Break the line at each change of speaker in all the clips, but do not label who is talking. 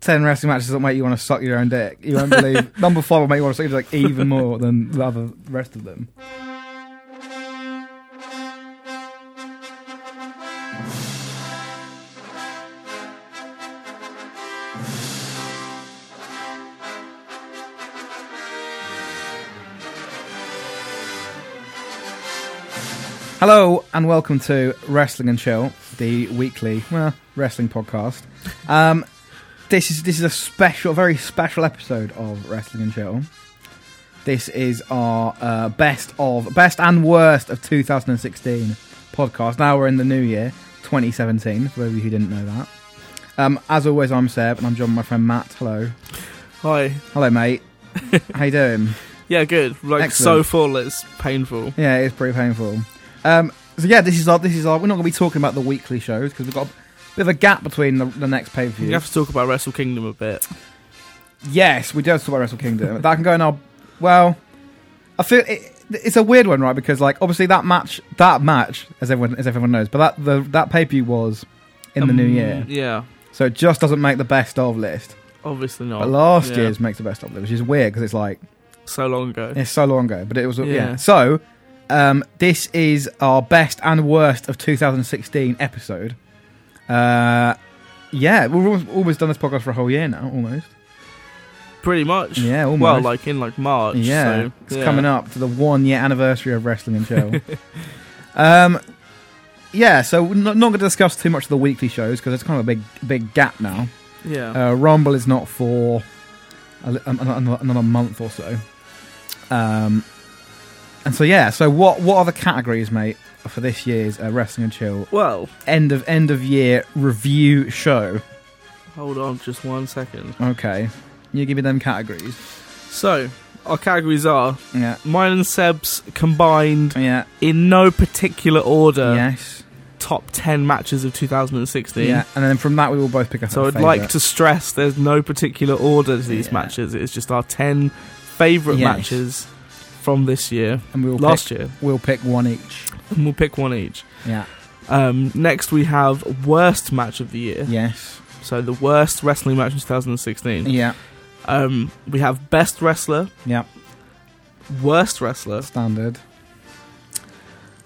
ten wrestling matches that make you want to suck your own dick. You won't believe number five will make you want to suck your dick even more than the other rest of them. Hello and welcome to Wrestling and Chill, the weekly well wrestling podcast. Um, this is this is a special, very special episode of Wrestling and Chill. This is our uh, best of, best and worst of 2016 podcast. Now we're in the new year, 2017. For those of you who didn't know that, um, as always, I'm Seb and I'm joined by my friend Matt. Hello,
Hi.
hello, mate. How you doing?
Yeah, good. Like so
Excellent.
full, it's painful.
Yeah, it's pretty painful. Um, so yeah, this is our this is our. We're not going to be talking about the weekly shows because we've got a bit of a gap between the, the next pay per
You
view.
have to talk about Wrestle Kingdom a bit.
Yes, we do have to talk about Wrestle Kingdom. that can go in our. Well, I feel it, it's a weird one, right? Because like obviously that match, that match, as everyone as everyone knows, but that the that pay per view was in the
Um,
new year,
Yeah,
so it just doesn't make the best of list.
obviously not.
but last
Oh, yeah.
year's makes the best of list, which is weird because it's like.
so long ago.
It's so long ago, but it was yeah.
Yeah.
So, um, this is our best and worst of 2016 episode. Uh, yeah, we've almost, almost done this podcast for a whole year now, almost.
Pretty much.
Yeah, almost.
Well, like in like March.
yeah,
so,
it's coming up to the one year anniversary of wrestling and chill. um, yeah, so we're not, not going to discuss too much of the weekly shows because it's kind of a big, big gap now.
Yeah.
Uh, Rumble is not for a, li- an- an- another month or so. Um, and so yeah, so what what are the categories, mate, for this year's uh, Wrestling and Chill
well,
end of end of year review show?
hold on, just one second.
Okay, you give me them categories.
So our categories are
Yeah,
mine and Seb's combined
yeah,
in no particular order.
yes,
Top ten matches of 2016.
yeah. And then from that, we will both pick up.
So
our
I'd like
favourite.
to stress there's no particular order to these
Yeah.
matches. It's just our 10 favourite
Yes.
matches from this year,
and we'll
last year,
pick, we'll pick one each.
and we'll pick one each.
Yeah,
Um, next, we have worst match of the year.
yes,
So the worst wrestling match in 2016.
yeah,
Um, we have best wrestler,
yeah.
worst wrestler,
Standard.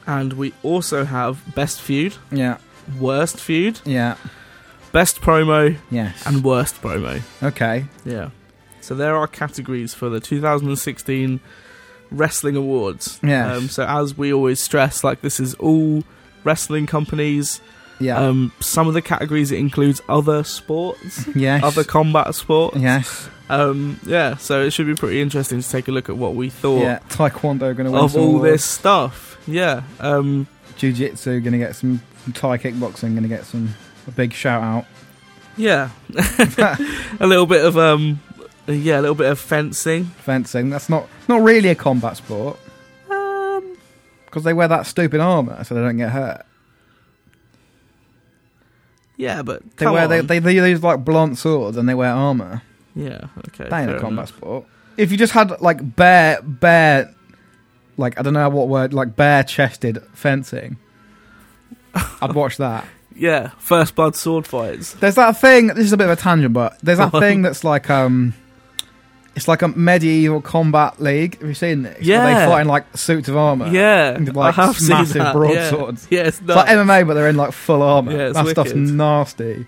and we also have best feud,
Yeah,
worst feud,
yeah,
best promo,
yes.
and worst promo.
okay,
Yeah. So there are categories for the 2016 Wrestling Awards.
Yes.
Um, so as we always stress, like this is all wrestling companies.
yeah,
Um, some of the categories it includes other sports,
yes,
other combat sports.
yes.
Um, yeah. So it should be pretty interesting to take a look at what we thought
Yeah, Taekwondo going to win
of
some
all
awards.
this stuff. Yeah. Um,
Jiu Jitsu going to get some, some Thai kickboxing going to get some a big shout out.
yeah. a little bit of um, yeah, a little bit of fencing.
Fencing that's not it's not really a combat sport
Um,
because they wear that stupid armor so they don't get hurt.
yeah, but
They
come
wear they,
on.
they they use like blunt swords and they wear armor.
yeah. Okay.
That ain't
fair
a combat
enough.
sport. If you just had like bare bare like I don't know what word like bare chested fencing. I'd watch that.
Yeah, first blood sword fights.
There's that thing. This is a bit of a tangent, but there's that
Go on.
thing that's like um, it's like a medieval combat league. Have you seen this? Where
Yeah.
they fight in like suits of armor.
Yeah,
And, like,
I have seen
massive
that.
broadswords.
Yeah, yeah it's
it's like
nuts.
MMA, but they're in like full armor.
Yeah, it's
that stuff's
wicked.
nasty.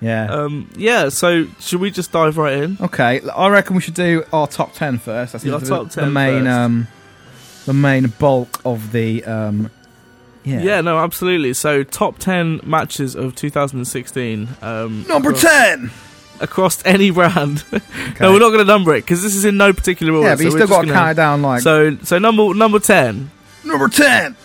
Yeah.
um, yeah. So should we just dive right in?
okay, l- I reckon we should do our top ten first. That's
Yeah, our
the,
top
the
10
main
first.
um, the main bulk of the um, yeah.
Yeah, no, absolutely. So top ten matches of 2016. Um,
Number
across,
ten.
across any brand.
Okay.
no, we're not going to number it because this is in no particular order.
yeah, but you
so
still got to
to
count it down like
So so number number ten,
number ten.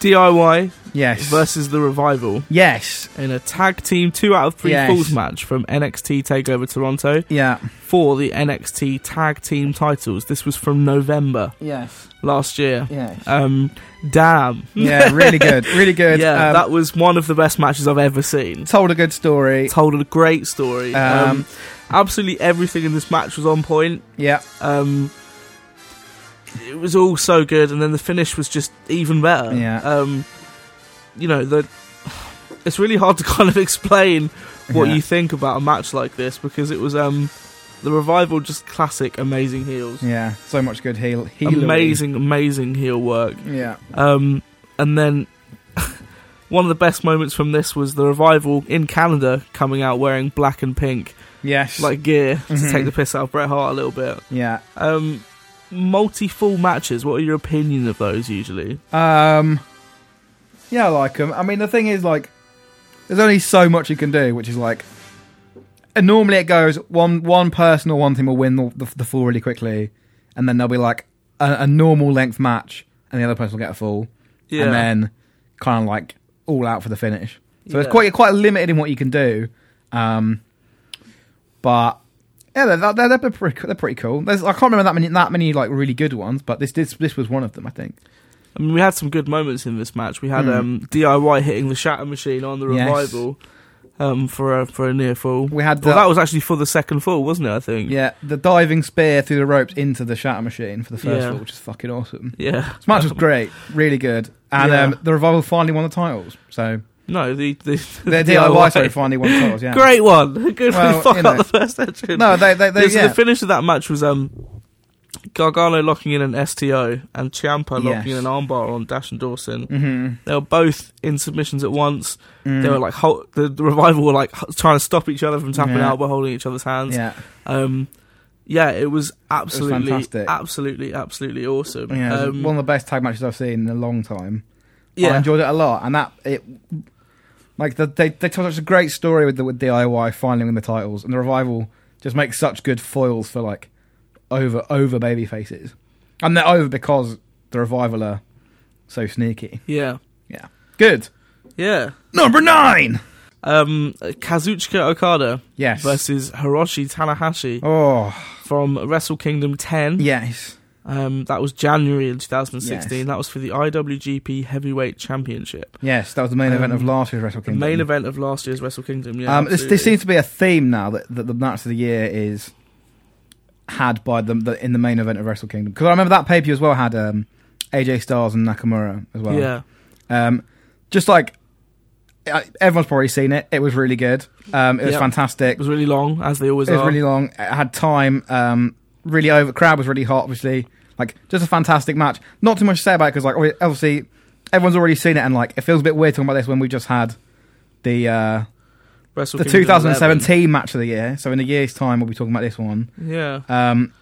DIY
Yes.
versus the Revival
yes.
in a tag team two out of three
Yes.
falls match from NXT Takeover Toronto
Yeah.
for the NXT Tag Team titles. This was from November
Yes.
last year.
Yes.
Um, damn.
Yeah, really good, really good.
yeah,
um,
that was one of the best matches I've ever seen.
told a good story.
Told a great story. Um,
Um,
absolutely everything in this match was on point.
Yeah,
Um, it was all so good, and then Um, the finish was just even better.
Yeah.
Um, you know the it's really hard to kind of explain what
Yeah.
you think about a match like this because it was um the revival just classic amazing heels.
Yeah, so much good heel. healing.
Amazing, amazing heel work.
Yeah.
Um, and then one of the best moments from this was the revival in Canada coming out wearing black and pink
Yes.
like gear
Mhm.
to take the piss out of Bret Hart a little bit.
Yeah.
Um, multi full matches. What are your opinion of those usually?
Um. Yeah, I like them. I mean, the thing is, like, there's only so much you can do, which is like, and normally it goes one one person or one thing will win the, the, the full really quickly, and then there'll be like a, a normal length match, and the other person will get a full, and then kind of like all out for the finish. So it's
Yeah.
quite you're quite limited in what you can do, um, but yeah, they're, they're, they're pretty they're pretty cool. There's, I can't remember that many that many like really good ones, but this this this was one of them, I think.
I mean, we had some good moments in this match. We had
Hmm.
um, DIY hitting the Shatter Machine on the
Yes.
revival um, for a for a near fall.
We had uh,
well, that was actually for the second fall, wasn't it? I think.
Yeah, the diving spear through the ropes into the shatter machine for the first
Yeah.
one, which is fucking awesome.
Yeah.
This match was great, really good, and
Yeah.
um, the revival finally won the titles. So
No, the the,
the DIY sorry, finally won the titles. Yeah,
Great one. Good
Well,
we fuck
you know.
up the first entrance.
No, they they, they
Yeah, so
yeah.
the finish of that match was um, Gargano locking in an STO and Ciampa
Yes.
locking in an armbar on Dash and Dawson.
Mhm.
They were both in submissions at once.
Mm.
They were like hol- the, the revival were like h- trying to stop each other from tapping
Yeah.
out by holding each other's hands.
yeah,
Um, yeah, it was absolutely,
fantastic.
absolutely, absolutely awesome.
yeah, it was
um,
one of the best tag matches I've seen in a long time. I
yeah,
enjoyed it a lot, and that it like the, they they told such a great story with the with DIY finally winning the titles, and the revival just makes such good foils for like over over baby faces, and they're over because the revival are so sneaky.
yeah,
Good
yeah.
number nine.
Um, Kazuchika Okada
Yes.
versus Hiroshi Tanahashi
oh
from Wrestle Kingdom 10.
yes.
Um, that was January in 2016.
Yes.
That was for the IWGP Heavyweight Championship,
Yes, that was the main event of
Um,
last year's Wrestle
the
Kingdom.
main event of last year's Wrestle Kingdom. Yeah,
um, this,
absolutely.
this seems to be a theme now that, that the match of the year is had by them the, in the main event of Wrestle Kingdom. Because I remember that pay per view as well had um, AJ Styles and Nakamura as well.
yeah,
Um, just like I, everyone's probably seen it. It was really good. Um, it was
Yeah.
fantastic.
it was really long as they always
It was
are.
really long. It had time. Um, really over. Crowd was really hot. Obviously, like just a fantastic match. Not too much to say about it because like obvi- obviously everyone's already seen it and like it feels a bit weird talking about this when we just had the. Uh,
Wrestle
the
Kingdom
2017 match of the year. So in a year's time, we'll be talking about this one.
11. Yeah.
Um,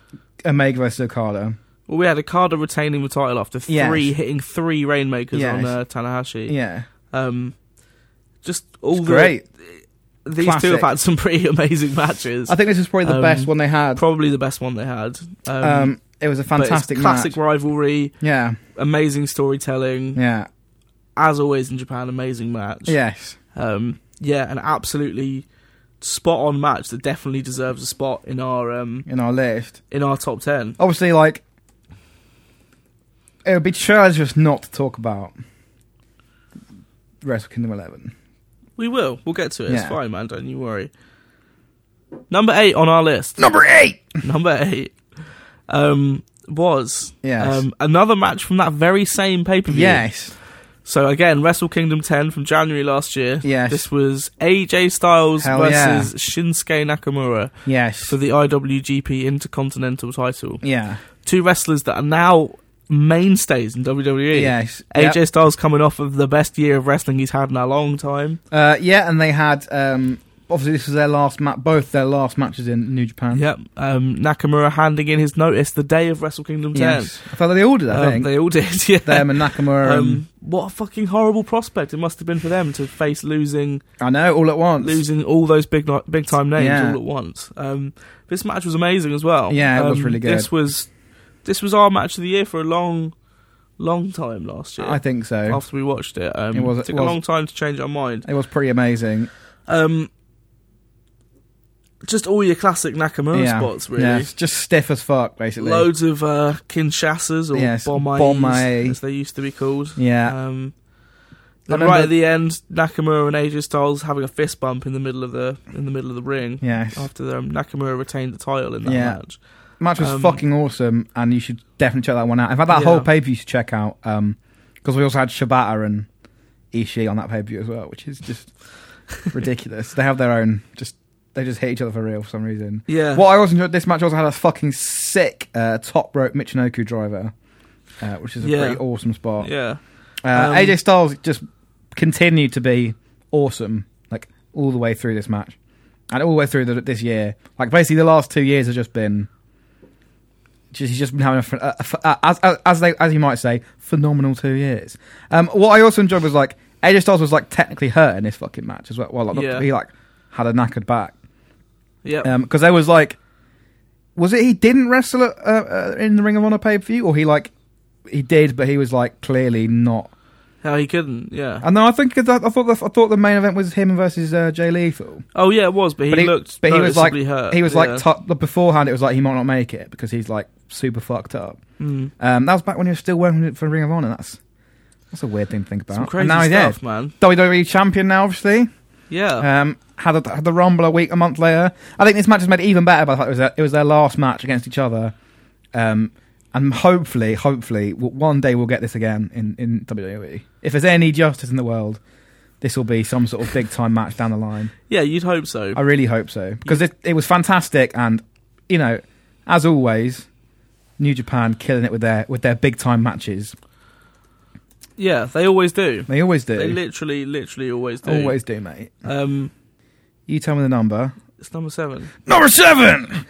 Omega versus Okada.
Well, we had Okada retaining the title after three
Yes.
hitting three rainmakers
Yes.
on uh, Tanahashi.
Yeah,
Um, just all
It's
the
great.
These two
Classic.
have had some pretty amazing matches.
I think this is probably the
Um,
best one they had.
Probably the best one they had. Um,
Um, it was a
but it's
fantastic
classic
match.
rivalry,
Yeah,
amazing storytelling.
yeah,
As always in Japan, amazing match.
yes,
Um, yeah, an absolutely spot on match that definitely deserves a spot in our um,
in our list.
in our top ten.
Obviously, like it would be just not to talk about Wrestle Kingdom 11.
We will. We'll get to it. It's
Yeah.
fine, man. Don't you worry. Number eight on our list.
Number eight.
Number eight um, was
Yes.
um, another match from that very same pay per view.
Yes.
So again, Wrestle Kingdom 10 from January last year.
Yes.
This was AJ Styles
Hell
versus Shinsuke Nakamura
Yes.
for the IWGP Intercontinental title.
Yeah.
Two wrestlers that are now mainstays in WWE.
Yes.
AJ
Yep.
Styles coming off of the best year of wrestling he's had in a long time.
Uh, yeah, and they had um, obviously this was their last match, both their last matches in New Japan.
Yep. Um, Nakamura handing in his notice the day of Wrestle Kingdom 10.
Yes. I thought they all did. I
Um,
think
they all did, yeah.
them and Nakamura. and,
um, what a fucking horrible prospect it must have been for them to face losing
I know all at once.
losing all those big ni- big time names
Yeah.
all at once. Um, this match was amazing as well.
Yeah, it was
Um,
really good.
This was this was our match of the year for a long, long time last year.
I think so.
after we watched it, um,
It
it
was-
took
it
a
was-
long time to change our mind.
It was pretty amazing.
Um, just all your classic Nakamura
yeah.
spots, really.
Yes, just stiff as fuck, basically.
Loads of uh, Kinshasas or
Yes,
Bombay,
Bombays.
as they used to be called.
Yeah.
Um,
I
and
remember-
right at the end, Nakamura and AJ Styles having a fist bump in the middle of the in the middle of the ring
yes.
after um, Nakamura retained the title in that
Yeah.
match.
match was
um,
fucking awesome, and you should definitely check that one out. um, In fact, that
Yeah.
whole paper you should check out because we also had Shibata and Ishii on that pay per view as well, which is just ridiculous. they have their own just they just hate each other for real for some reason.
Yeah.
What I also enjoyed this match also had a fucking sick uh, top rope Michinoku driver, uh, which is a
Yeah.
pretty awesome spot.
Yeah.
Uh,
Um,
AJ Styles just continued to be awesome, like all the way through this match, and all the way through the, this year. Like basically, the last two years have just been. Just, he's just been having a, ph- a, ph- a- as as as, they, as you might say, phenomenal two years. Um, what I also enjoyed was like AJ Styles was like technically hurt in this fucking match as well. Well, like, look,
Yeah.
he like had a knackered back
Yep.
because there Um, was like, was it he didn't wrestle at, uh, uh, in the Ring of Honor pay per view, or he like he did, but he was like clearly not
How he couldn't. Yeah.
and then I think 'cause I, I thought the, I thought the main event was him versus uh, Jay Lethal.
Oh yeah, it was, but he,
But he-
looked.
but he was like-
noticeably hurt.
He was
Uh, yeah.
like tu- like, beforehand, it was like he might not make it because he's like super fucked up.
Mm.
Um, that was back when he was still working for Ring of Honor. That's that's a weird thing to think about.
Some
And
crazy
now he's
stuff, man.
dead. WWE E champion now, obviously.
Yeah.
Um, had, a, had the Rumble a week, a month later. I think this match was made even better by the fact it was their, it was their last match against each other. Um, and hopefully, hopefully, w- one day we'll get this again in, in WWE. If there's any justice in the world, this will be some sort of big time match down the line.
yeah, you'd hope so.
I really hope so because it, it was fantastic, and you know, as always, New Japan killing it with their with their big time matches.
yeah, they always do.
They always do,
They literally, literally always do.
always do, mate.
Um,
You tell me the number.
it's number seven.
Number seven.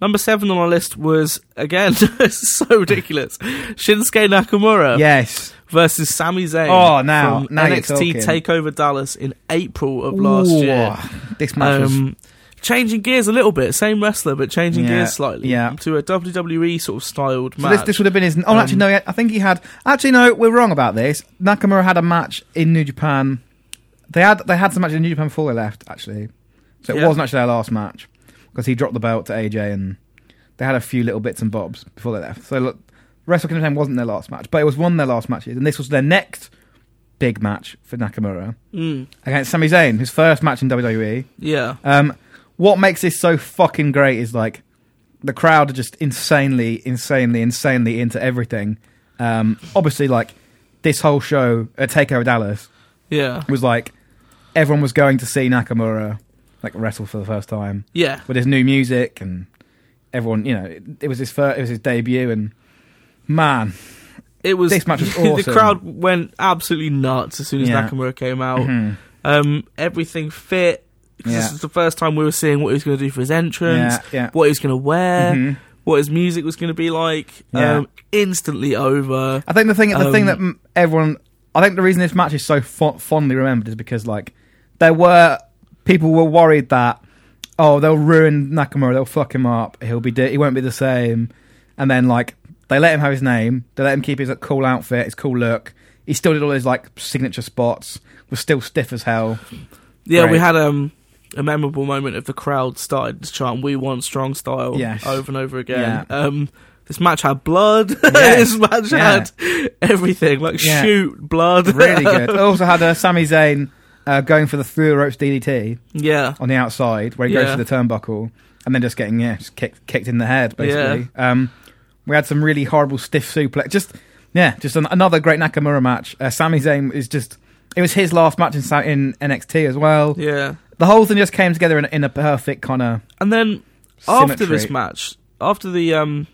Number seven on our list was again it's so ridiculous. Shinsuke Nakamura
yes.
versus Sami Zayn.
Oh, now-
from
now you're
NXT
talking.
Takeover Dallas in April of last
Ooh, ah,
year.
This match was
Um, changing gears a little bit, same wrestler but changing
Yeah,
gears slightly
yeah.
to a WWE sort of styled
So
match.
this, this would have been his. Oh,
Um,
actually, no. yeah, I think he had. Actually, no. We're wrong about this. Nakamura had a match in New Japan. They had they had some match in New Japan before they left. Actually, so it
Yeah.
wasn't actually their last match because he dropped the belt to AJ and they had a few little bits and bobs before they left. So look, Wrestle Kingdom wasn't their last match, but it was one of their last matches, and this was their next big match for Nakamura
Mm,
against Sami Zayn, his first match in E. WWE.
yeah,
Um, what makes this so fucking great is like the crowd are just insanely, insanely, insanely into everything. Um, obviously, like this whole show at Takeover Dallas
yeah,
was like everyone was going to see Nakamura like wrestle for the first time
yeah.
with his new music and everyone, you know, it, it was his first, it was his debut and man,
It was
This match was
the
awesome.
crowd went absolutely nuts as soon as
Yeah.
Nakamura came out.
mhm.
Um, everything fit. 'cause
Yeah.
This is the first time we were seeing what he was going to do for his entrance,
yeah, yeah.
what he was going to wear,
mhm.
what his music was going to be like.
Yeah.
Um, instantly over.
I think the thing, the thing
Um,
that mm, everyone, I think the reason this match is so fo- fondly remembered is because like there were people were worried that oh they'll ruin Nakamura, they'll fuck him up, he'll be di- he won't be the same, and then like they let him have his name, they let him keep his like, cool outfit, his cool look. He still did all his like signature spots, was still stiff as hell.
Yeah, we
Right.
had um, a memorable moment of the crowd started to chant "We want strong style"
Yes.
over and over again. Um, this match had blood. this match
Yeah.
had everything, like
Yeah.
shoot blood.
Really good. I also had uh, Sami Zayn uh, going for the through the ropes DDT
yeah,
on the outside where he
Yeah.
goes to the turnbuckle and then just getting yeah, just kicked kicked in the head basically. Um, we had some really horrible stiff suplex. Just yeah, just an, another great Nakamura match. Uh, Sami Zayn is just it was his last match in Sa- in NXT as well.
yeah.
The whole thing just came together in, in a perfect kind of
And then after this match, after the um,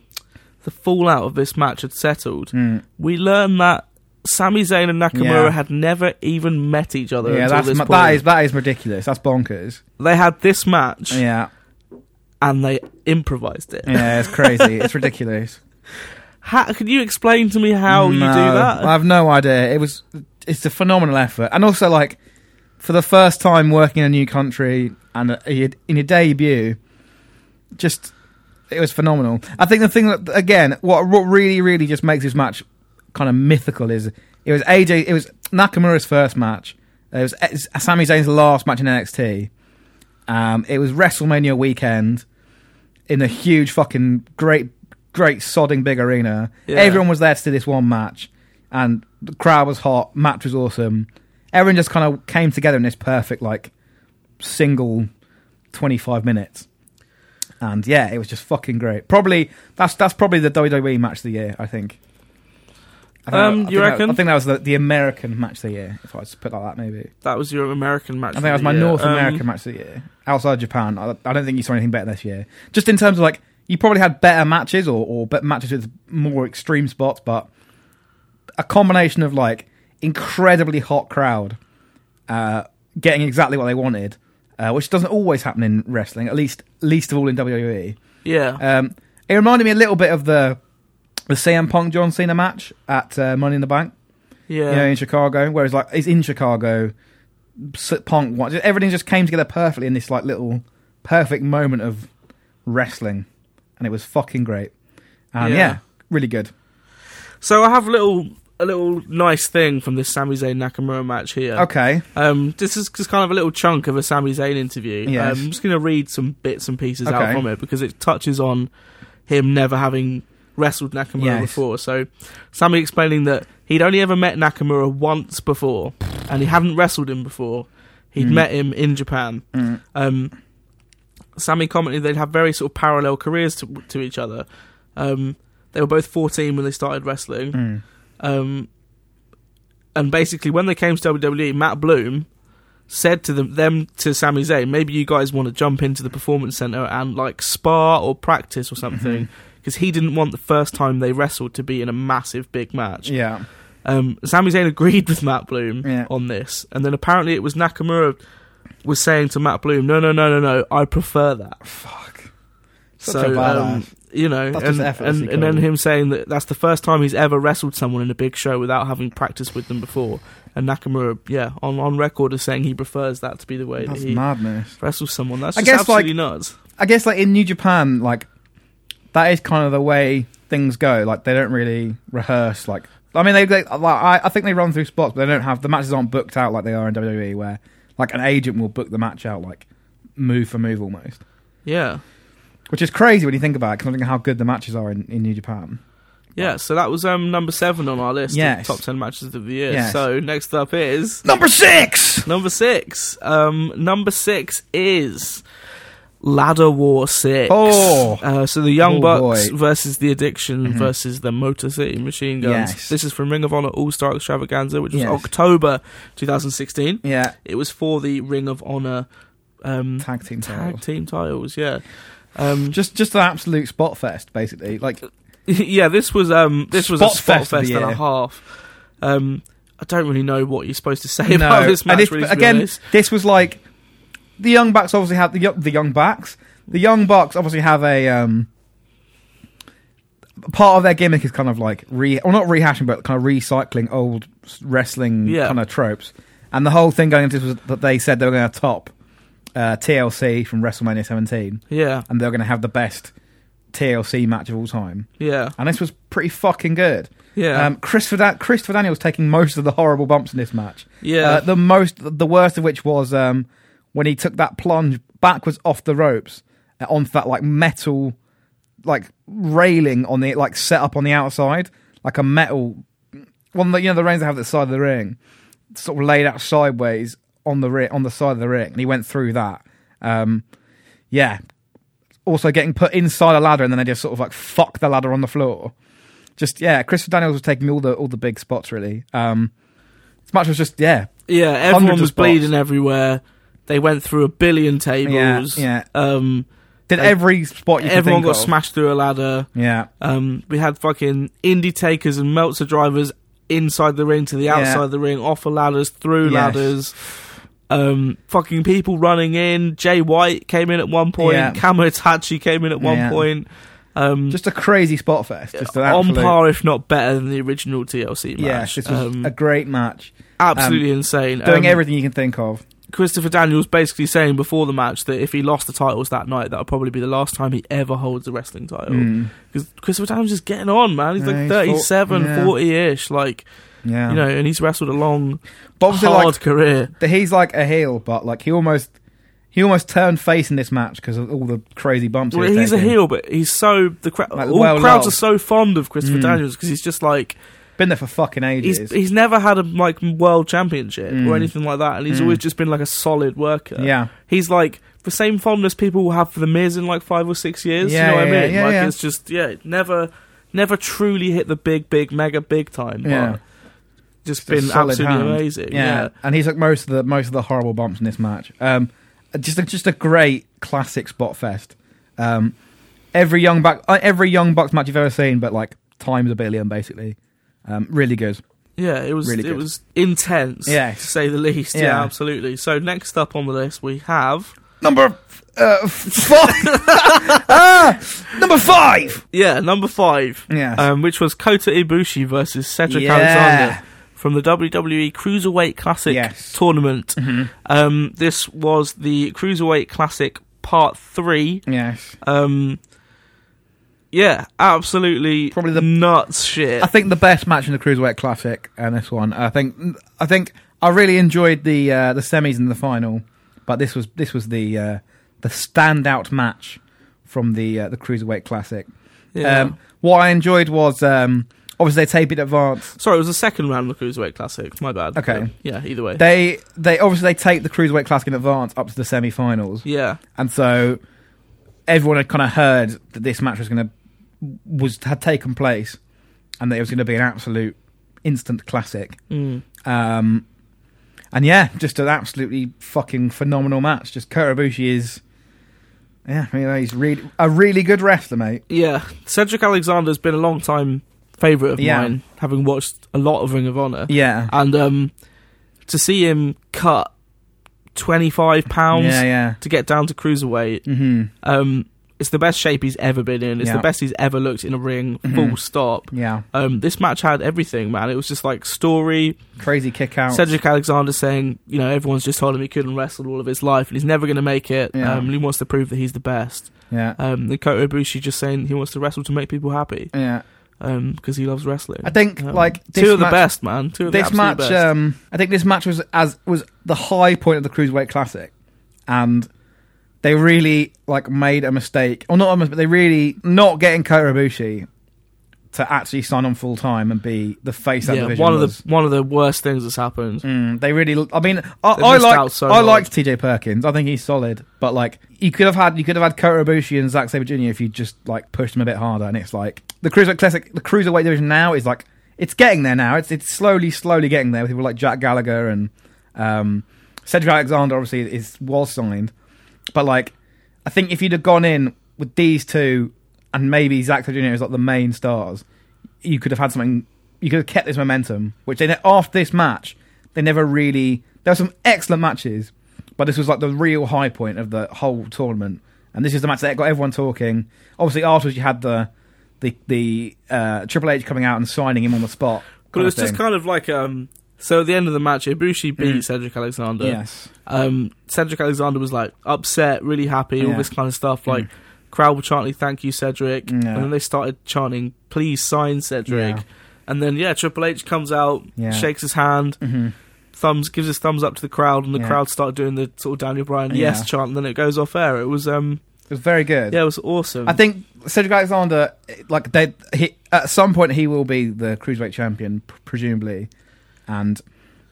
the fallout of this match had settled,
Mm.
we learned that Sami Zayn and Nakamura
Yeah.
had never even met each other
Yeah,
until
that's
this
ma-
point.
that is that is ridiculous. That's bonkers.
They had this match
Yeah,
and they improvised it.
yeah, it's crazy. it's ridiculous.
How, can you explain to me how you do
No,
that?
I have no idea. It was it's a phenomenal effort, and also like for the first time working in a new country and a, a- in your debut, just it was phenomenal. I think the thing that again, what what really really just makes this match kind of mythical is it was AJ, it was Nakamura's first match, it was uh, it's Sami Zayn's last match in NXT. Um, it was WrestleMania weekend in a huge fucking great, great sodding big arena.
Yeah.
Everyone was there to see this one match, and the crowd was hot. Match was awesome. Everyone just kind of came together in this perfect like single twenty five minutes, and yeah, E it was just fucking great. Probably that's that's probably the WWE match of the year. I think. I think
Um,
I
you
think that-
reckon?
I think that was the, the American match of the year. If I was to put it like that, maybe.
That was your American match.
I think that Um, was my
Um,
North American match of the year. Outside Japan, I, I don't think you saw anything better this year. Just in terms of like, you probably had better matches or, or better matches with more extreme spots, but a combination of like incredibly hot crowd uh, getting exactly what they wanted, uh, which doesn't always happen in wrestling, at least least of all in WWE.
Yeah.
Um, it reminded me a little bit of the the CM Punk John Cena match at uh, Money in the Bank
yeah.
you know, in Chicago. Whereas like it's in Chicago, s- punk what everything just came together perfectly in this like little perfect moment of wrestling, and it was fucking great. And
Yeah.
yeah, really good.
So I have a little a little nice thing from this Sami Zayn Nakamura match here.
Okay,
Um, this is just kind of a little chunk of a Sami Zayn interview.
Yes.
Um, I'm just going to read some bits and pieces out
Okay.
from it because it touches on him never having wrestled Nakamura
Yes.
before. So Sami explaining that he'd only ever met Nakamura once before and he hadn't wrestled him before. He'd
Mm.
met him in Japan.
Mm.
Um, Sammy commented they'd have very sort of parallel careers to, to each other. Um, they were both 14 when they started wrestling.
Mm.
Um, and basically, when they came to WWE, Matt Bloom said to them, them to Sami Zayn, maybe you guys want to jump into the performance center and like spar or practice or something,
Mm-hmm.
because he didn't want the first time they wrestled to be in a massive big match.
yeah,
Um, Sami Zayn agreed with Matt Bloom
Yeah.
on this, and then apparently it was Nakamura was saying to Matt Bloom, "No, no, no, no, no, I prefer that."
fuck. Such a
So
badass.
um, you know,
That's
and,
just effortlessly
and, and then
cool.
him saying that that's the first time he's ever wrestled someone in a big show without having practiced with them before. And Nakamura, yeah, on, on record is saying he prefers that to be the way
that's
that he
madness.
wrestles someone. That's
I
just
guess,
absolutely nuts.
I guess like in New Japan, like that is kind of the way things go. Like they don't really rehearse. Like I mean, they, they like, I, I think they run through spots, but they don't have the matches aren't booked out like they are in WWE, where like an agent will book the match out like move for move almost,
Yeah,
which is crazy when you think about it, considering how good the matches are in, in New Japan.
yeah. So that was um, number seven on our list
Yes.
of top ten matches of the year.
Yes.
So next up is
Number six.
Number six. Um, number six is Ladder War Six.
Oh.
Uh, so the Young
Oh,
Bucks
boy.
versus the Addiction
Mhm.
versus the Motor City Machine Guns.
Yes.
This is from Ring of Honor All Star Extravaganza, which was
Yes.
October 2016.
Yeah,
It was for the Ring of Honor um,
tag team title.
tag team titles. Yeah. Um,
Just just an absolute spot fest, basically. Like
yeah, this was um, this was a
Spot
spot
fest of the
fest and a
year.
half. Um, I don't really know what you're supposed to say
no,
about this match.
and this,
really, to be
again,
honest.
this was like the young bucks obviously have the Yo- the young bucks. The young bucks obviously have a um, part of their gimmick is kind of like re or not rehashing, but kind of recycling old s- wrestling
Yeah.
kind of tropes. And the whole thing going into this was that they said they were going to top uh, TLC from WrestleMania 17,
yeah,
and they were going to have the best TLC match of all time.
yeah,
And this was pretty fucking good.
yeah,
Um, Christopher, da- Christopher Daniels taking most of the horrible bumps in this match.
yeah.
Uh, the most, the worst of which was um, when he took that plunge backwards off the ropes uh, onto that like metal, like railing on the like set up on the outside, like a metal one that you know the rings they have at the side of the ring, sort of laid out sideways on the ring on the side of the ring, and he went through that. Um, yeah. Also getting put inside a ladder, and then they just sort of like fuck the ladder on the floor. Just yeah, Christopher Daniels was taking all the all the big spots really. Um, this match was just yeah,
Yeah, everyone
Hundreds of
was
spots.
bleeding everywhere. They went through a billion tables.
Yeah,
Um,
Did
Like,
every spot you could
everyone
think
got
of.
smashed through a ladder.
Yeah,
Um, we had fucking indie takers and Meltzer drivers inside the ring to the
Yeah.
outside of the ring, off of ladders, through
Yes.
ladders. Um, fucking people running in. Jay White came in at one point.
Yeah.
Kamo Tachi came in at one
Yeah.
point. Um,
just a crazy spot fest. Just an
on
absolute,
par, if not better, than the original TLC match.
Yes, this was
um,
a great match,
absolutely insane.
doing
Um,
everything you can think of.
Christopher Daniels basically saying before the match that if he lost the titles that night, that'll probably be the last time he ever holds a wrestling title.
Mm.
Because Christopher Daniels is getting on, man. He's
Yeah,
like
he's
37,
fought- yeah.
40 ish. Like,
Yeah,
you know, and he's wrestled a long,
but obviously,
hard
like
career.
the- he's like a heel, but like he almost he almost turned face in this match because of all the crazy bumps. he
Well,
was
he's a
taking.
heel, but he's so. the cra-
Like,
All
well
crowds
loved.
are so fond of Christopher
Mm.
Daniels because he's just like.
Been there for fucking ages.
He's, he's never had a like world championship
Mm.
or anything like that, and he's
Mm.
always just been like a solid worker.
yeah,
he's like the same fondness people will have for the Miz in like five or six years.
Yeah,
you know what
yeah,
I mean?
yeah, yeah,
like
yeah.
it's just yeah, it never never truly hit the big, big, mega, big time. but
Yeah.
just
Just a
been
solid
absolutely
hand.
amazing.
Yeah.
Yeah.
and he took most of the most of the horrible bumps in this match. Um, just a, just a great classic spot fest. Um, every young buck, uh, every young bucks match you've ever seen, but like times a billion basically. Um, really good.
Yeah, it was
Really
it
good.
was intense,
Yeah.
to say the least. Yeah.
Yeah.
absolutely. So next up on the list we have
Number uh, five. Ah, number five.
yeah number five,
Yes.
um, which was Kota Ibushi versus Cedric
Yeah.
Alexander from the WWE Cruiserweight Classic
Yes.
tournament.
Mhm.
Um, this was the Cruiserweight Classic Part Three.
Yes.
Um, yeah, absolutely,
Probably the-
nuts shit.
I think the best match in the Cruiserweight Classic and this one. I think I think I really enjoyed the uh, the semis and the final, but this was this was the uh, the standout match from the uh, the Cruiserweight Classic.
Yeah.
Um, what I enjoyed was um, obviously they taped it advance.
Sorry, it was the second round of the Cruiserweight Classic. My bad.
Okay.
Yeah, either way.
They they obviously they taped the Cruiserweight Classic in advance up to the semi-finals,
yeah.
and so everyone had kind of heard that this match was going to was had taken place, and that it was going to be an absolute instant classic.
Mm.
Um, and yeah, just an absolutely fucking phenomenal match. Just Kota Ibushi is, yeah, you know, he's really a really good wrestler, mate.
Yeah, Cedric Alexander's been a long time favourite of
Yeah.
mine, having watched a lot of Ring of Honor,
Yeah,
and um, to see him cut twenty five pounds
yeah, yeah.
to get down to cruiserweight,
hmm
um, it's the best shape he's ever been in. It's
Yeah.
the best he's ever looked in a ring.
Mhm.
Full stop.
Yeah,
Um, this match had everything, man. It was just like story.
crazy kick out.
Cedric Alexander saying, you know, everyone's just told him he couldn't wrestle all of his life and he's never going to make it.
Yeah.
Um, and he wants to prove that he's the best.
yeah,
Um, and Kota Ibushi just saying he wants to wrestle to make people happy
yeah.
because he loves wrestling.
I think
Um,
like this
two of the
match,
best, man. Two of the
This
absolute
match,
best.
um, I think this match was as was the high point of the cruiserweight classic, and they really like made a mistake, or not a mistake, but they really not getting Kota Ibushi to actually sign on full time and be the face. of that
yeah,
division
one of
was.
the one of the worst things that's happened.
Mm, they really. I mean, I,
They
I
missed
like
out so
I
hard.
liked TJ Perkins. I think he's solid, but like you could have had you could have had Kota Ibushi and Zack Sabre Jr. if you just like pushed them a bit harder. And it's like the cruiserweight classic, the cruiserweight division now is like it's getting there now. It's it's slowly slowly getting there with people like Jack Gallagher and um, Cedric Alexander. Obviously, is was signed, but like I think if you'd have gone in with these two and maybe Zack Sabre Jr. is like the main stars, you could have had something. You could have kept this momentum, which they ne- after this match they never really. There were some excellent matches, but this was like the real high point of the whole tournament. And this is the match that got everyone talking. Obviously, afterwards you had the the the uh, Triple H coming out and signing him on the spot.
But it was
kind of
just kind of like um. So at the end of the match, Ibushi beat
Mm.
Cedric Alexander.
thing. yes,
Um, Cedric Alexander was like upset, really happy, all
Yeah.
this kind of stuff. Like
Mm.
crowd were chanting "Thank you, Cedric,"
Yeah.
and then they started chanting "Please sign Cedric."
Yeah.
And then yeah, Triple H comes out,
Yeah.
shakes his hand,
hmm
thumbs gives his thumbs up to the crowd, and the
Yeah.
crowd started doing the sort of Daniel Bryan
Yeah.
yes chant, and then it goes off air. It was um
it was very good.
yeah, it was awesome.
I think Cedric Alexander, like they, he, at some point he will be the cruiserweight champion, pr- presumably, and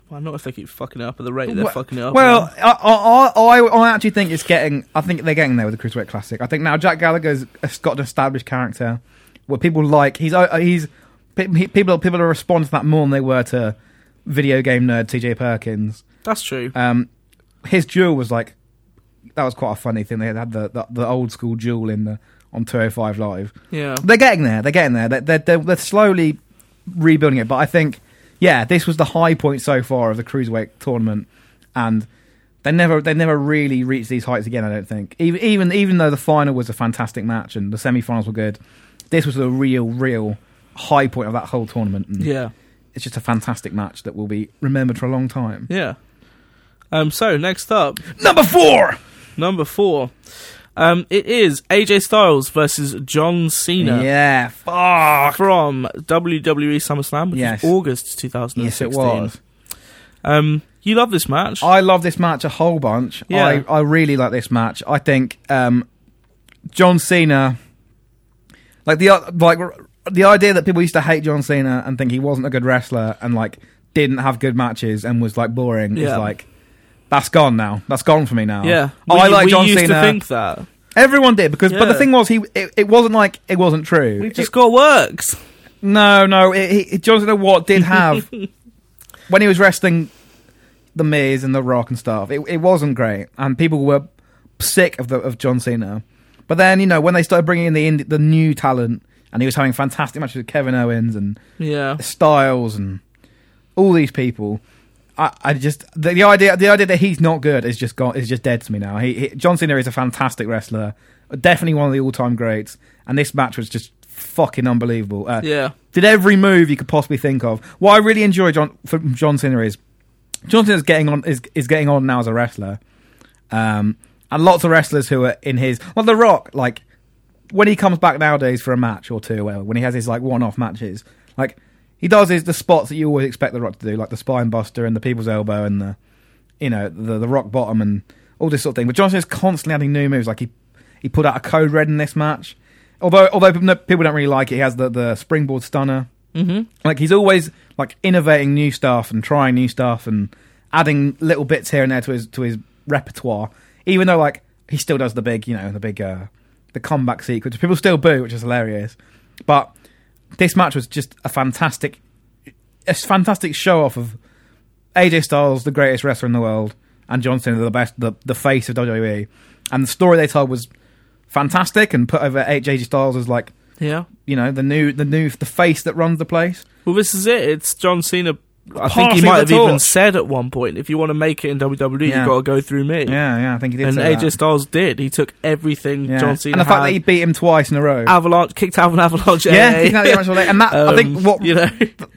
Well, not if they keep fucking it up at the rate they're
Well-
fucking it up.
Well, I, I, I, I actually think it's getting. I think they're getting there with the Cruiserweight Classic. I think now Jack Gallagher's has got an established character where people like. He's uh, he's pe- he- people people are responding to that more than they were to video game nerd TJ Perkins.
that's true.
Um, his duel was like that was quite a funny thing. They had the the, the old school duel in the on 205 live.
Yeah,
They're getting there. They're getting there. They're, they're, they're, they're slowly rebuilding it. But I think, yeah, this was the high point so far of the cruiserweight tournament, and they never they never really reached these heights again. I don't think. Even even even though the final was a fantastic match and the semi-finals were good, this was the real real high point of that whole tournament. And
yeah,
It's just a fantastic match that will be remembered for a long time.
yeah. Um, so next up,
Number four.
number four, um, it is AJ Styles versus John Cena Ah,
Yeah. Fuck.
from WWE SummerSlam, which
Yes.
was August 2016.
Yes, it was.
Um, you love this match.
I love this match a whole bunch.
Yeah.
I, I really like this match. I think um, John Cena, like the uh, like the idea that people used to hate John Cena and think he wasn't a good wrestler and like didn't have good matches and was like boring is
Yeah.
like that's gone now. That's gone for me now.
yeah,
Oh, I
We-
like
we
John
used
Cena.
to think that.
Everyone did because, but the
Yeah.
thing was, he it, it wasn't like it wasn't true.
We've
It-
just got works.
no, no. It, it, it, Johnson and Watt did have when he was wrestling the Miz and the Rock and stuff. It, it wasn't great, and people were sick of the of John Cena. But then you know when they started bringing in the ind- the new talent, and he was having fantastic matches with Kevin Owens and
Yeah.
Styles and all these people. I, I just the, the idea the idea that he's not good is just gone is just dead to me now. He, he John Cena is a fantastic wrestler, definitely one of the all time greats, and this match was just fucking unbelievable. Uh,
Yeah.
Did every move you could possibly think of. What I really enjoy John from John Cena is John Cena's getting on is is getting on now as a wrestler, um, and lots of wrestlers who are in his like The Rock like when he comes back nowadays for a match or two, or whatever, when he has his like one-off matches, like he does his the spots that you always expect the Rock to do, like the spine buster and the people's elbow and the you know the the rock bottom and all this sort of thing. But John Cena's constantly adding new moves. Like he he put out a code red in this match, although although no- people don't really like it. He has the the springboard stunner.
Mm-hmm.
Like he's always like innovating new stuff and trying new stuff and adding little bits here and there to his to his repertoire. Even though like he still does the big, you know, the big uh the comeback sequence. People still boo, which is hilarious. But this match was just a fantastic a fantastic show off of AJ Styles, the greatest wrestler in the world, and Johnson, the best the, the face of WWE. And the story they told was fantastic and put over AJ Styles as like,
Yeah.
you know, the new the new the face that runs the place.
Well, this is it. It's John Cena. I think he
Passing
might
the
have even
torch.
said at one point, if you want to make it in WWE,
Yeah.
you've got to go through me.
Yeah, yeah, I think he did.
And
say
AJ
that.
Styles did. He took everything
yeah.
John Cena
and the fact
had.
that he beat him twice in a row.
Avalanche kicked out of an Avalanche.
yeah,
AA.
he's not the original- and that I think
Um,
what
you know.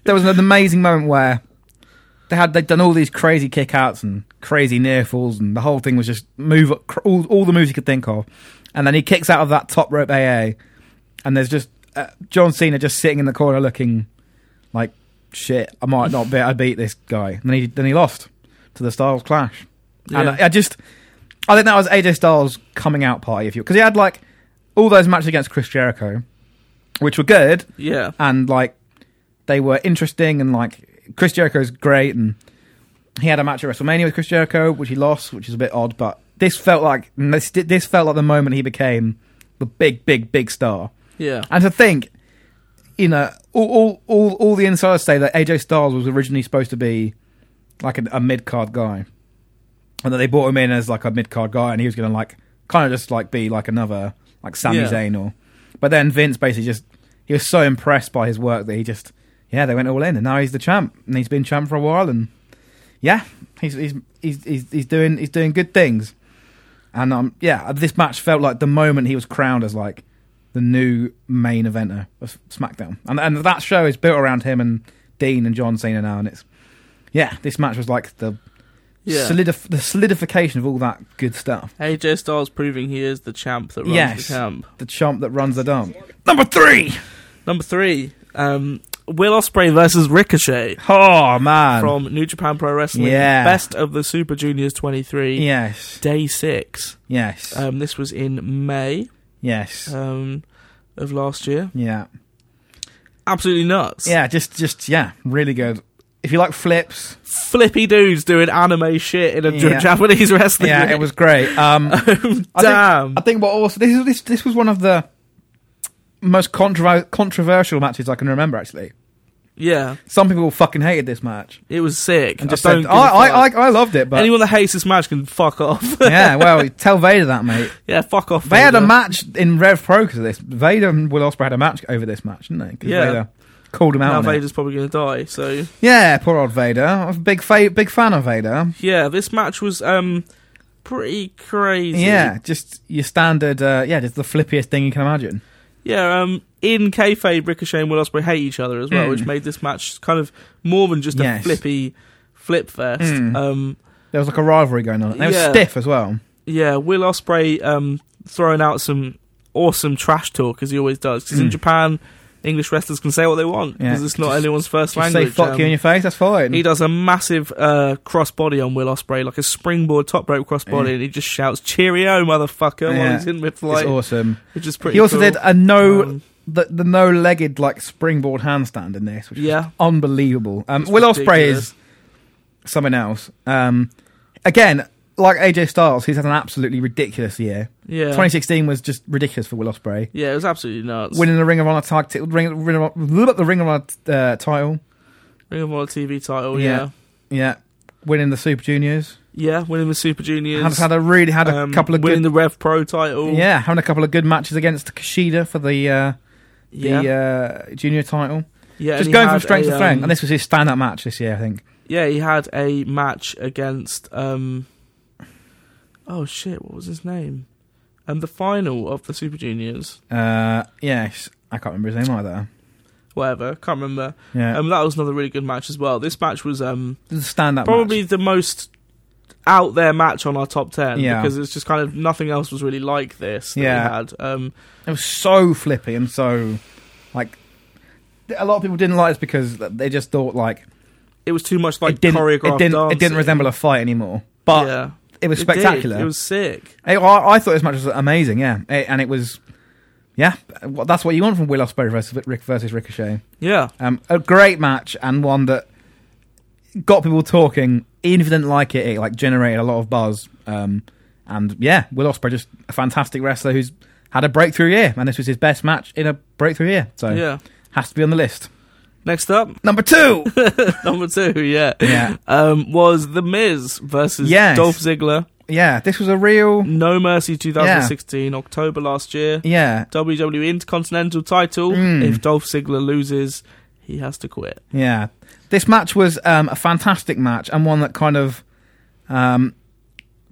there was an amazing moment where they had they'd done all these crazy kickouts and crazy near falls, and the whole thing was just move cr- all all the moves you could think of, and then he kicks out of that top rope AA, and there's just uh, John Cena just sitting in the corner looking like shit. I might not be. I beat this guy, and then he then he lost to the Styles Clash. And
Yeah.
I, I just, I think that was AJ Styles' coming out party, if you because he had like all those matches against Chris Jericho, which were good
yeah.
and like they were interesting and like Chris Jericho's great and he had a match at WrestleMania with Chris Jericho, which he lost, which is a bit odd, but this felt like this, this felt like the moment he became the big, big, big star.
Yeah.
And to think, you know, all all all, all the insiders say that AJ Styles was originally supposed to be like a, a mid card guy, and that they brought him in as like a mid card guy, and he was going to like kind of just like be like another like Sami
Yeah.
Zayn or. But then Vince basically just he was so impressed by his work that he just yeah they went all in, and now he's the champ, and he's been champ for a while, and yeah, he's he's he's he's, he's doing he's doing good things. And um, yeah, this match felt like the moment he was crowned as like the new main eventer of SmackDown, and and that show is built around him and Dean and John Cena now, and it's yeah, this match was like the
Yeah.
solidif- the solidification of all that good stuff.
AJ Styles proving he is the champ that runs
Yes.
the camp.
The chump that runs the dump. Number three.
Number three, um, Will Osprey versus Ricochet
Oh man.
from New Japan Pro Wrestling.
Yeah.
Best of the Super Juniors 23,
yes,
day six.
yes,
Um, this was in May
yes,
um, of last year.
yeah,
Absolutely nuts.
yeah. Just just yeah, really good. If you like flips,
Flippy dudes doing anime shit in a
Yeah.
Japanese wrestling.
yeah,
ring.
it was great. Um,
Oh, Damn.
I think what also this is this this was one of the most controver- controversial matches I can remember. Actually,
yeah.
some people fucking hated this match
It was sick.
and just
I don't
said,
give
I,
a
I, I,
fuck.
"I loved it." But
Anyone that hates this match can fuck off.
yeah, well, tell Vader that, mate.
yeah, fuck off.
They had a
Vader.
match in Rev Pro because of this. Vader and Will Ospreay had a match over this match, didn't they? 'Cause
Yeah.
Vader called him out.
Now
on it.
Vader's probably going to die. So
Yeah, poor old Vader. I'm a big fa- big fan of Vader.
yeah, this match was um pretty crazy.
Yeah, just your standard. Uh, yeah, just the flippiest thing you can imagine.
yeah. Um, in kayfabe, Ricochet and Will Ospreay hate each other as well,
Mm.
which made this match kind of more than just
Yes.
a flippy flip fest.
Mm.
Um,
There was like a rivalry going on. They
Yeah.
were stiff as well.
yeah, Will Ospreay um throwing out some awesome trash talk as he always does. Because in
Mm.
Japan, English wrestlers can say what they want
Yeah,
because it's not
just-
anyone's first
Just
language.
say fuck
um,
you in your face. That's fine.
He does a massive uh, crossbody on Will Osprey, like a springboard top rope crossbody,
Yeah.
and he just shouts "Cheerio, motherfucker!" while
Yeah.
he's in
it's
mid-flight,
awesome.
which is pretty.
He also
cool.
did oh, a no
Um,
the, the no legged like springboard handstand in this, which is
yeah,
unbelievable. Um,
It's
Will Osprey
ridiculous.
is something else. Um, again, like AJ Styles, who's had an absolutely ridiculous year.
Yeah.
2016 was just ridiculous for Will Ospreay.
Yeah, it was absolutely nuts.
Winning the Ring of Honor tag title, ring, ring, of- blah, blah, the Ring of Honor uh, title,
Ring of Honor TV title,
Yeah.
yeah.
yeah, winning the Super Juniors.
Yeah, winning the Super
Has
Juniors.
had a really had a
um,
couple of
winning
good,
the Rev Pro title.
yeah, having a couple of good matches against Kushida for the uh,
yeah.
the uh, junior title.
yeah and
just
he
going from
had
strength
a,
to strength,
um,
and this was his stand-up match this year, I think.
Yeah, he had a match against um Oh shit, what was his name? And the final of the Super Juniors.
Uh, yes, I can't remember his name either.
Whatever, can't remember.
Yeah,
Um that was another really good match as well. This match was um
This is a stand-up.
probably
match.
the most out there match on our top ten
Yeah.
because it's just kind of nothing else was really like this that
Yeah.
we had. Um
it was so flippy and so like a lot of people didn't like this because they just thought like
it was too much like
it didn't it
choreographed
didn't it
dancing.
didn't resemble a fight anymore. But
yeah.
it was
It did.
spectacular.
It, was sick.
It- I, I thought this match was amazing. Yeah, It- and it was. Yeah, well, that's what you want from Will Ospreay versus Rick versus Ricochet.
Yeah.
Um, a great match and one that got people talking. Even if you didn't like it, it like generated a lot of buzz. Um, and yeah, Will Ospreay just a fantastic wrestler who's had a breakthrough year, and this was his best match in a breakthrough year. So
Yeah.
has to be on the list.
Next up,
Number two.
number two, yeah.
yeah,
um, was The Miz versus
Yes.
Dolph Ziggler.
yeah. This was a real.
No Mercy 2016, October last year.
Yeah,
WWE Intercontinental title.
Mm.
If Dolph Ziggler loses, he has to quit.
Yeah, this match was um, a fantastic match and one that kind of um,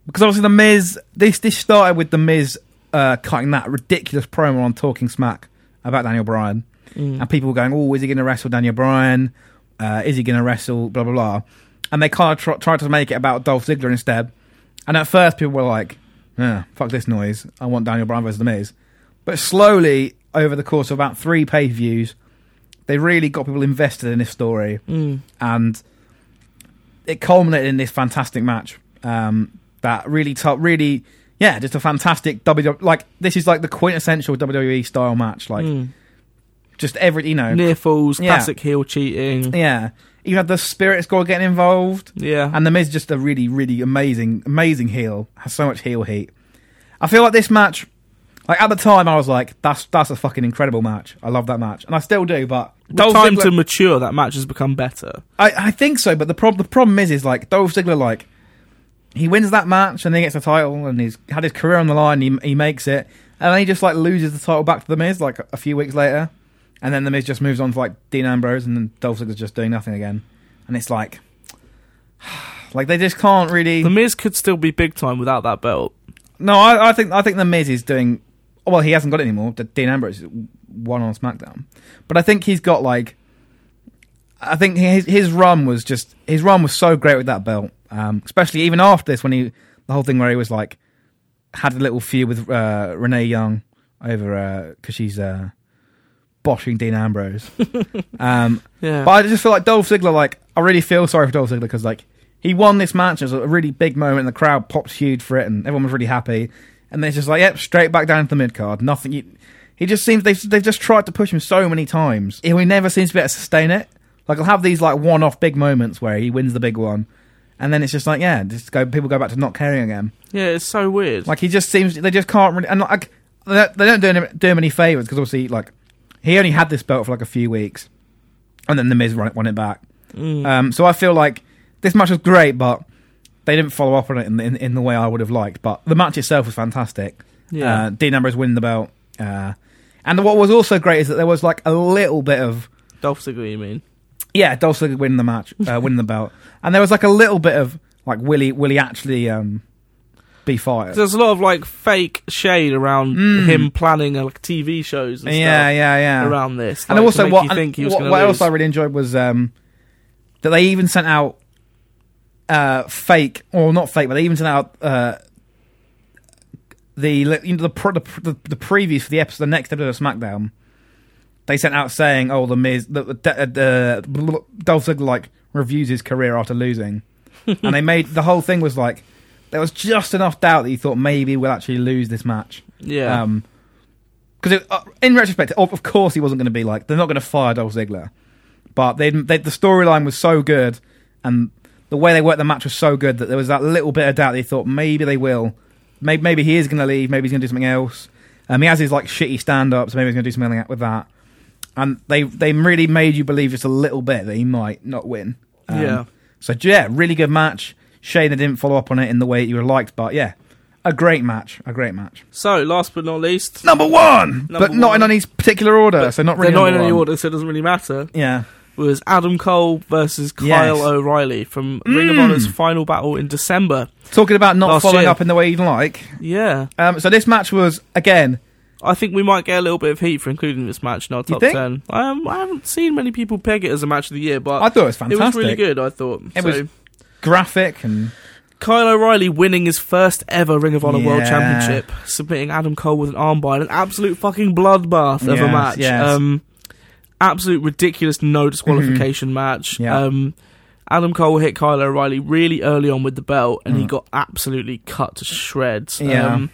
because obviously the Miz this this started with the Miz uh, cutting that ridiculous promo on Talking Smack about Daniel Bryan and people were going, "Oh, is he going to wrestle Daniel Bryan? Uh, is he going to wrestle?" Blah blah blah, and they kind of tr- tried to make it about Dolph Ziggler instead. And at first, people were like, "Yeah, "Fuck this noise! I want Daniel Bryan versus The Miz." But slowly, over the course of about three pay views, they really got people invested in this story,
Mm.
and it culminated in this fantastic match. Um, that really, t- really, yeah, just a fantastic WWE. Like this is like the quintessential WWE style match. Like
Mm.
just every, you know,
Near falls,
Yeah.
classic heel cheating.
yeah. You had the Spirit Squad getting involved,
Yeah.
and the Miz just a really, really amazing, amazing heel. Has so much heel heat. I feel like this match, like at the time, I was like, "That's that's a fucking incredible match. I love that match, and I still do." But
With
Dolph
time
Ziggler-
to mature, that match has become better.
I, I think so, but the problem the problem is is like Dolph Ziggler like he wins that match and then he gets the title and he's had his career on the line. He he makes it and then he just like loses the title back to the Miz like a few weeks later, and then the Miz just moves on to like Dean Ambrose and then Dolph Ziggler's just doing nothing again, and it's like like they just can't really.
The Miz could still be big time without that belt.
No, I, I think I think the Miz is doing well. He hasn't got it anymore. The Dean Ambrose won on SmackDown, but I think he's got like, I think his his run was just his run was so great with that belt, um, especially even after this when he the whole thing where he was like had a little feud with uh, Renee Young over because she's uh, boshing Dean Ambrose. um,
Yeah.
but I just feel like Dolph Ziggler, like, I really feel sorry for Dolph Ziggler because, like, he won this match. It was a really big moment, and the crowd popped huge for it, and everyone was really happy. And then it's just like, yep, straight back down to the mid card. Nothing. You, he just seems they've, they've just tried to push him so many times. He he never seems to be able to sustain it. Like, he'll have these, like, one off big moments where he wins the big one. And then it's just like, yeah, just go. People go back to not caring again.
yeah, it's so weird.
Like he just seems they just can't really, and like they don't- they don't do him, do him any favors because obviously like he only had this belt for like a few weeks, and then the Miz won it, won it back.
Mm.
Um, so I feel like this match was great, but they didn't follow up on it in the, in, in the way I would have liked. But the match itself was fantastic.
yeah.
Uh, Dean Ambrose winning the belt, uh, and what was also great is that there was like a little bit of
Dolph Ziggler, you mean?
yeah, Dolph Ziggler winning the match, uh, winning the belt, and there was like a little bit of like will he will he actually um, be fired?
There's a lot of like fake shade around
Mm.
him planning uh, like TV shows and
yeah,
stuff
yeah, yeah.
around this.
and
like, to
also
make
what,
you
and
think he was
what,
gonna
what
lose.
else I really enjoyed was um, that they even sent out uh, fake or not fake, but they even sent out uh, the you know, the, pro, the the the previews for the episode, the next episode of SmackDown. They sent out saying, "Oh, the Miz, the, the, the, the Dolph Ziggler like reviews his career after losing," and they made the whole thing was like there was just enough doubt that you thought maybe we'll actually lose this match.
yeah,
Um 'cause because uh, in retrospect, of, of course, he wasn't going to be like they're not going to fire Dolph Ziggler, but they, they the storyline was so good, and the way they worked the match was so good that there was that little bit of doubt. They thought maybe they will, maybe, maybe he is going to leave, maybe he's going to do something else. Um, he has his like shitty stand ups, maybe he's going to do something like that with that. And they they really made you believe just a little bit that he might not win. Um,
yeah.
So yeah, really good match. Shame they didn't follow up on it in the way that you would have liked, but yeah, a great match, a great match.
So last but not least,
Number one,
Number
but not in
one.
any particular order. so not really
they're not in
number
any
one.
order, so it doesn't really matter.
Yeah,
Was Adam Cole versus Kyle
Yes.
O'Reilly from Ring of
Mm.
Honor's final battle in December?
talking about not
Last
following
year.
up in the way you'd like.
Yeah,
Um, so this match was again
I think we might get a little bit of heat for including this match in our top
think?
ten. Um, I haven't seen many people peg it as a match of the year, but
I thought it was
it
fantastic.
was really good. I thought
It
so.
was- Graphic and
Kyle O'Reilly winning his first ever Ring of Honor World
Yeah.
Championship, submitting Adam Cole with an armbar in an absolute fucking bloodbath of a
Yes,
match.
yes.
Um, absolute ridiculous no disqualification match.
Mm-hmm. Yeah.
Um, Adam Cole hit Kyle O'Reilly really early on with the belt, and he
Mm.
got absolutely cut to shreds.
Yeah.
Um,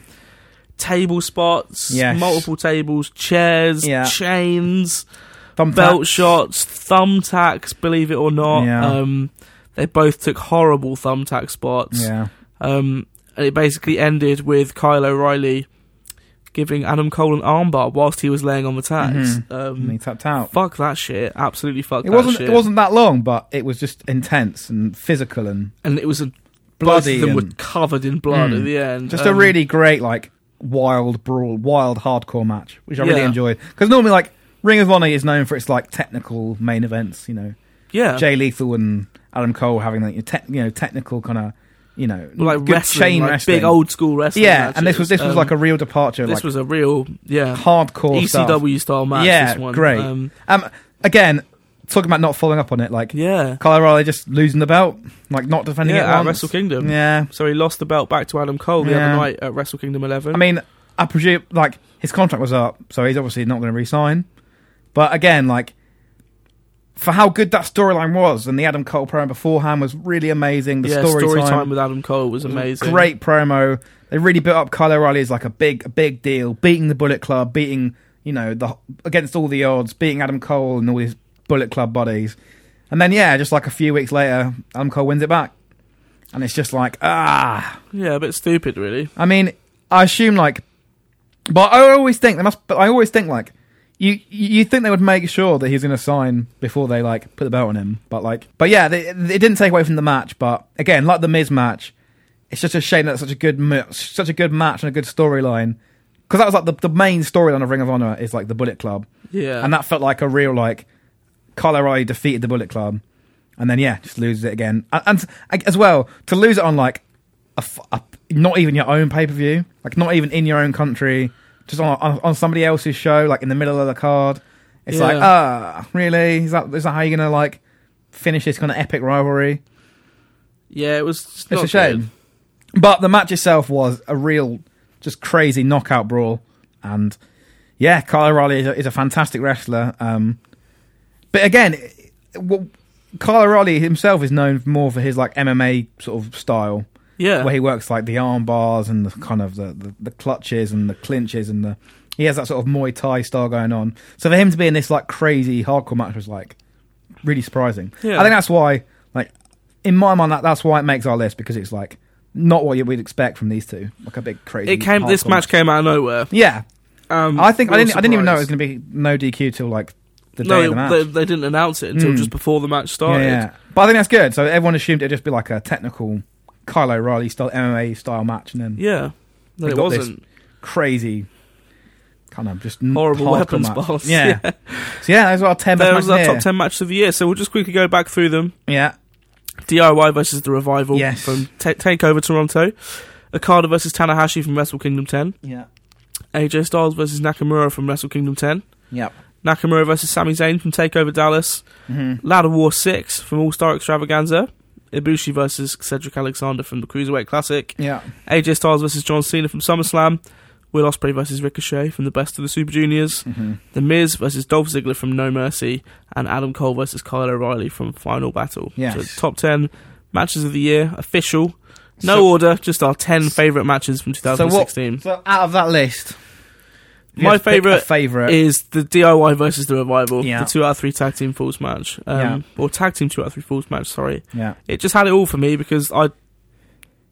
table spots,
Yes.
multiple tables, chairs,
Yeah.
chains
thumbtacks.
belt shots, thumbtacks, believe it or not.
Yeah.
Um, they both took horrible thumbtack spots.
Yeah,
Um, and it basically ended with Kyle O'Reilly giving Adam Cole an armbar whilst he was laying on the tax.
Mhm. and he
Um,
tapped out.
fuck that shit. Absolutely fuck
It
that
wasn't.
shit.
It wasn't that long, but it was just intense and physical and
and it was a blood.
bloody.
Both of them were
and
covered in blood
Mm.
at the end.
just a
Um,
really great like wild brawl, wild hardcore match, which I really
Yeah.
enjoyed. Because normally like Ring of Honor is known for its like technical main events. You know,
yeah.
Jay Lethal and Adam Cole having like your te- you know technical kind of you know
like
good
wrestling, like big old school wrestling.
yeah, and this was this was
matches.
like a
Um,
real departure.
this uh, E
like,
was a real yeah
hardcore stuff.
ECW style match.
Yeah,
this one.
great.
Um,
Um, again, talking about not following up on it, like
yeah,
Kyle O'Reilly just losing the belt, like not defending
yeah,
it
at
once.
Wrestle Kingdom.
Yeah,
So he lost the belt back to Adam Cole the
Yeah.
other night at Wrestle Kingdom 11.
I mean, I presume like his contract was up, so he's obviously not going to re-sign. But again, like for how good that storyline was, and the Adam Cole promo beforehand was really amazing. The
yeah,
story, time,
with Adam Cole was amazing.
Mm. great promo. They really built up Kyle O'Reilly as like a big, a big deal, beating the Bullet Club, beating you know the against all the odds, beating Adam Cole and all his Bullet Club buddies. And then yeah, just like a few weeks later, Adam Cole wins it back, and it's just like ah.
Yeah, a bit stupid, really.
I mean, I assume like, but I always think they must. But I always think like, you you think they would make sure that he's going to sign before they like put the belt on him. But like, but yeah, they, it didn't take away from the match. But again, like the Miz match, it's just a shame that such a good ma- such a good match and a good storyline. Because that was like the, the main storyline of Ring of Honor is like the Bullet Club,
Yeah.
and that felt like a real like Kyle O'Reilly defeated the Bullet Club, and then yeah, just loses it again. And, and t- as well to lose it on like a, f- a- not even your own pay per view, like not even in your own country, just on, on on somebody else's show, like in the middle of the card. It's
Yeah.
like ah, really? Is that is that how you're gonna like finish this kind of epic rivalry?
yeah, it was.
It's a shame. But the match itself was a real, just crazy knockout brawl. And yeah, Kyle O'Reilly is a, is a fantastic wrestler. Um, but again, it- what, Kyle O'Reilly himself is known more for his like MMA sort of style,
Yeah.
where he works like the arm bars and the kind of the, the, the clutches and the clinches and the. He has that sort of Muay Thai style going on. So for him to be in this like crazy hardcore match was like really surprising.
Yeah.
I think that's why, like, in my mind, that, that's why it makes our list because it's like not what you- we'd expect from these two. Like a big crazy.
it came. This
hardcore
match came out of nowhere.
Yeah,
Um,
I think I
real
didn't. I didn't even know it was
surprise.
going to be no DQ till like the day
no,
of the match.
They, they didn't announce it until
Mm.
just before the match
yeah,
started.
yeah. but I think that's good. So everyone assumed it'd just be like a technical Kyle O'Reilly style MMA style match, and then
Yeah. No,
We
it
got this
wasn't.
crazy. Kind of just
Horrible
hardcore
weapons
match.
balls.
Yeah. So yeah, those were our ten best
There was our
matches
top
here.
10 match of the year. So we'll just quickly go back through them.
Yeah,
DIY versus The Revival
Yes.
from Ta Takeover Toronto. Okada versus Tanahashi from Wrestle Kingdom 10.
yeah,
AJ Styles versus Nakamura from Wrestle Kingdom 10.
yeah.
Nakamura versus Sami Zayn from Takeover Dallas.
hmm
Ladder War 6 from All Star Extravaganza. Ibushi versus Cedric Alexander from the Cruiserweight Classic.
Yeah,
AJ Styles versus John Cena from SummerSlam. Will Ospreay versus Ricochet from the Best of the Super Juniors.
hmm
The Miz versus Dolph Ziggler from No Mercy. And Adam Cole versus Kyle O'Reilly from Final Battle.
Yes.
So top 10 matches of the year, official. No
So-
order, just our 10 favourite matches from
So what-
2016.
So out of that list, you
My
had to pick a
favorite
favorite.
is the DIY versus the Revival,
Yeah.
the two out of three tag team falls match, um, or tag team two out of three falls match. Sorry,
yeah,
it just had it all for me because I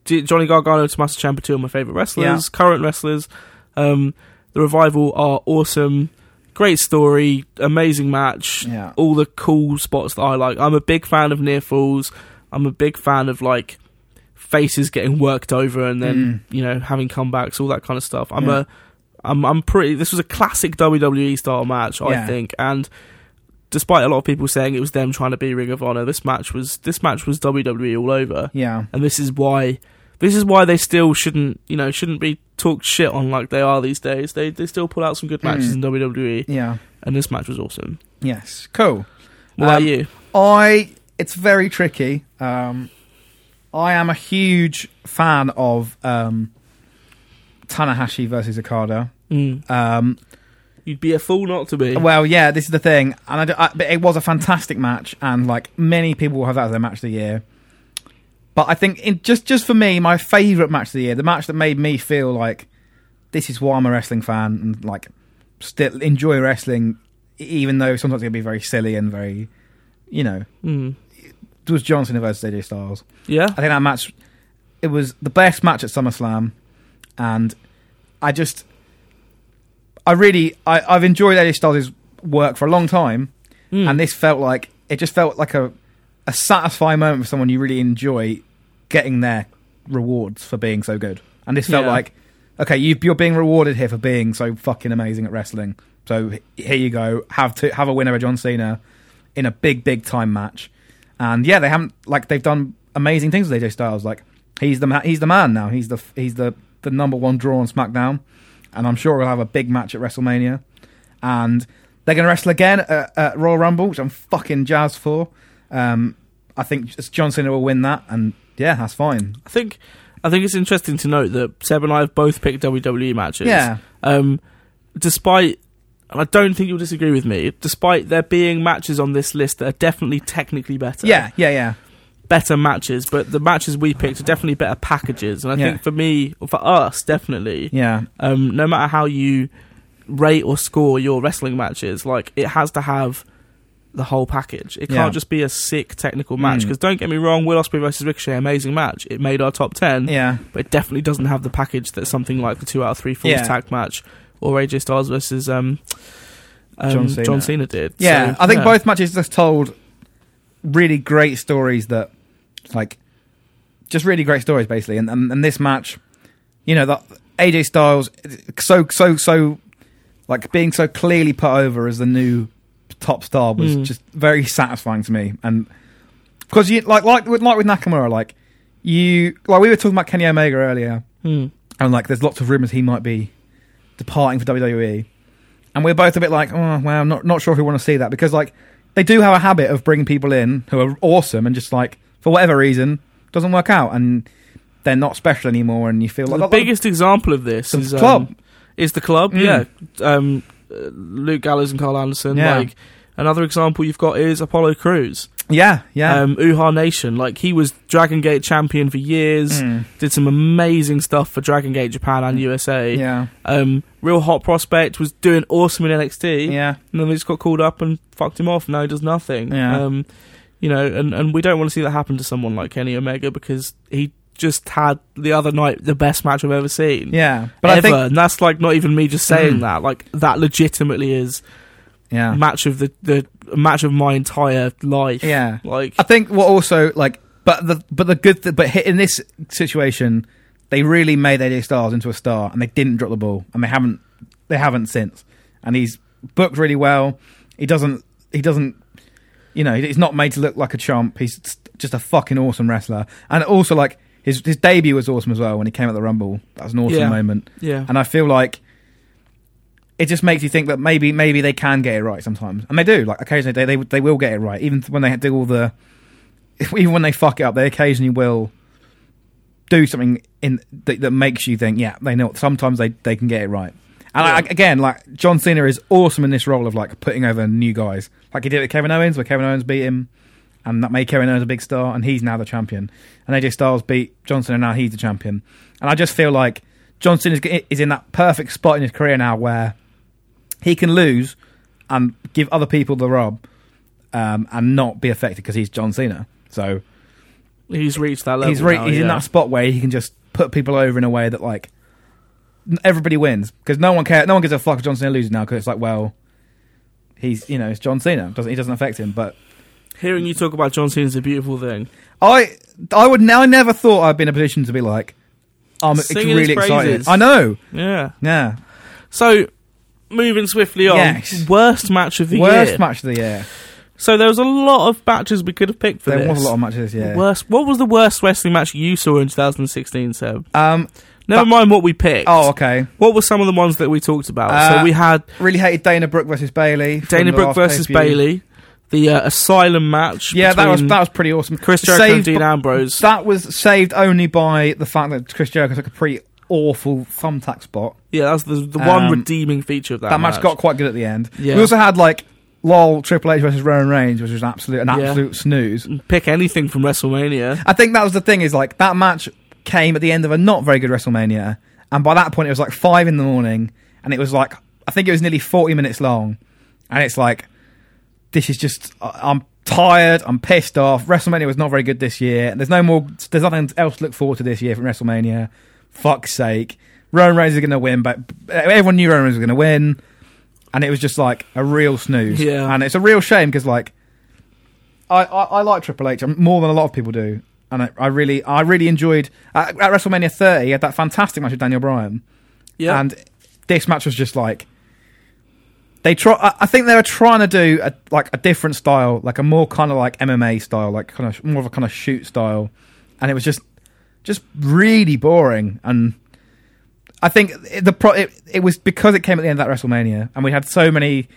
did Johnny Gargano and Tommaso Ciampa, two of my favorite wrestlers, current wrestlers. Um, the Revival are awesome, great story, amazing match,
yeah,
all the cool spots that I like. I'm a big fan of near falls. I'm a big fan of like faces getting worked over and then you know having comebacks, all that kind of stuff. I'm
Mm. Yeah.
a I'm I'm pretty. This was a classic WWE style match,
Yeah.
I think, and despite a lot of people saying it was them trying to be Ring of Honor, this match was this match was WWE all over,
yeah,
and this is why this is why they still shouldn't you know shouldn't be talked shit on like they are these days. They they still pull out some good matches
Mm.
in WWE,
yeah.
and this match was awesome.
Yes, cool.
What about
Um,
you?
I it's very tricky. Um, I am a huge fan of um, Tanahashi versus Okada.
Mm.
Um,
You'd be a fool not to be.
well, yeah, this is the thing, and I, do- I, but it was a fantastic match, and like many people will have that as their match of the year. But I think in, just just for me, my favourite match of the year, the match that made me feel like this is why I'm a wrestling fan and like still enjoy wrestling, e-, even though sometimes it can be very silly and very, you know,
Mm.
was Johnson versus AJ Styles.
Yeah.
I think that match it was the best match at SummerSlam, and I just I really I, I've enjoyed AJ Styles' work for a long time,
Mm.
and this felt like it just felt like a a satisfying moment for someone you really enjoy getting their rewards for being so good. And this felt
Yeah.
like okay, you, you're being rewarded here for being so fucking amazing at wrestling. So h- here you go, have to have a win over John Cena in a big big time match. And yeah, they haven't like they've done amazing things with AJ Styles. Like he's the ma- he's the man now. He's the he's the the number one draw on SmackDown, and I'm sure we'll have a big match at WrestleMania. And they're going to wrestle again at, at Royal Rumble, which I'm fucking jazzed for. Um, I think just John Cena will win that, and yeah, that's fine.
I think I think it's interesting to note that Seb and I have both picked WWE matches.
Yeah,
Um, despite, and I don't think you'll disagree with me, despite there being matches on this list that are definitely technically better.
yeah, yeah, yeah.
Better matches, but the matches we picked are definitely better packages. And I
Yeah.
think for me, or for us, definitely,
Yeah,
um, no matter how you rate or score your wrestling matches, like it has to have the whole package. It
Yeah.
can't just be a sick technical
Mm.
match. Because don't get me wrong, Will Ospreay versus Ricochet, amazing match. It made our top ten,
yeah,
but it definitely doesn't have the package that something like the two out of three falls
Yeah.
tag match or AJ Styles versus um, um,
John
John,
Cena.
Cena. did.
yeah.
So,
I think
yeah.
both matches just told really great stories that, like, just really great stories basically. And and, and this match, you know, that AJ Styles so so so like being so clearly put over as the new top star was
Mm.
just very satisfying to me. And because you like like with, like with Nakamura, like you like we were talking about Kenny Omega earlier.
Hmm.
and like there's lots of rumors he might be departing for WWE, and we're both a bit like, oh well, I'm not not sure if we want to see that because like they do have a habit of bringing people in who are awesome and just like for whatever reason doesn't work out and they're not special anymore, and you feel like
the biggest example of this
The
is um,
club.
Is the club?
Mm.
Yeah. Um, uh, Luke Gallows and Carl Anderson.
Yeah.
Like another example you've got is Apollo Crews.
yeah, yeah.
um, Uha Nation. Like he was Dragon Gate champion for years,
Mm.
did some amazing stuff for Dragon Gate Japan and USA.
yeah,
Um, real hot prospect was doing awesome in NXT,
yeah,
and then they just got called up and fucked him off. Now he does nothing.
Yeah.
Um, you know, and and we don't want to see that happen to someone like Kenny Omega because he just had the other night the best match I've ever seen.
yeah. But
But
I think
and that's like not even me just saying
Mm.
that. Like that legitimately is
yeah,
match of the the match of my entire life.
yeah.
Like
I think what also like, but the but the good, th- but hi- in this situation, they really made AJ Styles into a star, and they didn't drop the ball, and they haven't they haven't since. And he's booked really well. He doesn't he doesn't you know he's not made to look like a chump. He's just a fucking awesome wrestler, and also like his his debut was awesome as well when he came at the Rumble. That was an awesome
Yeah.
moment,
yeah.
and I feel like. It just makes you think that maybe maybe they can get it right sometimes, and they do. Like occasionally, they they, they will get it right, even when they do all the even when they fuck it up, they occasionally will do something in that, that makes you think, yeah, they know. Sometimes they, they can get it right. And I,
Yeah.
again, like John Cena is awesome in this role of like putting over new guys, like he did with Kevin Owens, where Kevin Owens beat him, and that made Kevin Owens a big star, and he's now the champion. And AJ Styles beat Johnson, and now he's the champion. And I just feel like Johnson is is in that perfect spot in his career now where He can lose and give other people the rub um, and not be affected because he's John Cena. So
He's reached that level.
he's re-
now,
he's in
yeah.
that spot where he can just put people over in a way that like n- everybody wins because no one cares. No one gives a fuck if John Cena loses now because it's like well, he's you know it's John Cena doesn't he doesn't affect him. But
Hearing you talk about John Cena is a beautiful thing.
I I would now I never thought I'd be in a position to be like I'm ex-
Singing his
really excited.
praises.
I know.
Yeah.
Yeah,
So, moving swiftly on.
Yes.
Worst match of the
worst
year.
match of the year.
so there was a lot of matches we could have picked for
there
this.
was a lot of matches this year.
Worst. What was the worst wrestling match you saw in 2016, Seb?
Um.
Never
That-
mind what we picked.
Oh, okay.
What were some of the ones that we talked about?
Uh,
so we had
Really hated Dana Brooke versus Bailey.
Dana Brooke versus Bailey, the uh, Asylum match.
Yeah, that was
between
that was pretty awesome.
Chris Jericho and
saved
Dean
by-
Ambrose.
That was saved only by the fact that Chris Jericho took a pretty awful thumbtack spot.
yeah, that's the, the one
Um,
redeeming feature of that.
That, match got quite good at the end.
Yeah.
We also had like LOL Triple H versus Roman Reigns, which was an absolute an
Yeah.
absolute snooze.
pick anything from WrestleMania.
I think that was the thing is like that match came at the end of a not very good WrestleMania, and by that point it was like five in the morning, and it was like I think it was nearly forty minutes long, and it's like this is just I- I'm tired, I'm pissed off. WrestleMania was not very good this year. There's no more. There's nothing else to look forward to this year from WrestleMania. Fuck's sake, Roman Reigns is going to win, but everyone knew Roman Reigns was going to win, and it was just like a real snooze.
Yeah.
and it's a real shame because like. I, I, I like Triple H um, more than a lot of people do, and I, I really I really enjoyed at, at WrestleMania 30. He had that fantastic match with Daniel Bryan,
Yeah,
and this match was just like they try. I, I think they were trying to do a, like a different style, like a more kind of like MMA style, like kind of more of a kind of shoot style, and it was just just really boring. And I think it, the pro, it, it was because it came at the end of that WrestleMania, and we had so many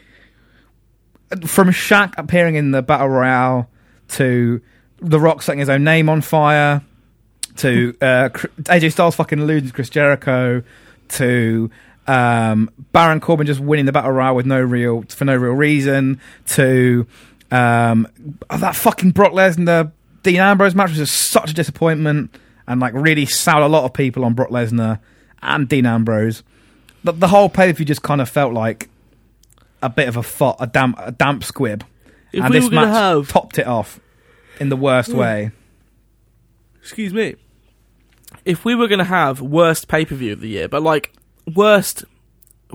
from Shaq appearing in the Battle Royale to The Rock setting his own name on fire to uh, Cr- AJ Styles fucking losing to Chris Jericho to um, Baron Corbin just winning the battle royale with no real for no real reason to um, oh, that fucking Brock Lesnar Dean Ambrose match was just such a disappointment and like really soured a lot of people on Brock Lesnar and Dean Ambrose. The, the whole pay per view just kind of felt like a bit of a fo- a damp a damp squib,
if
and
we
this
were going
match
to have, Mm,
topped it off in the worst way.
excuse me, if we were going to have worst pay per view of the year, but like worst,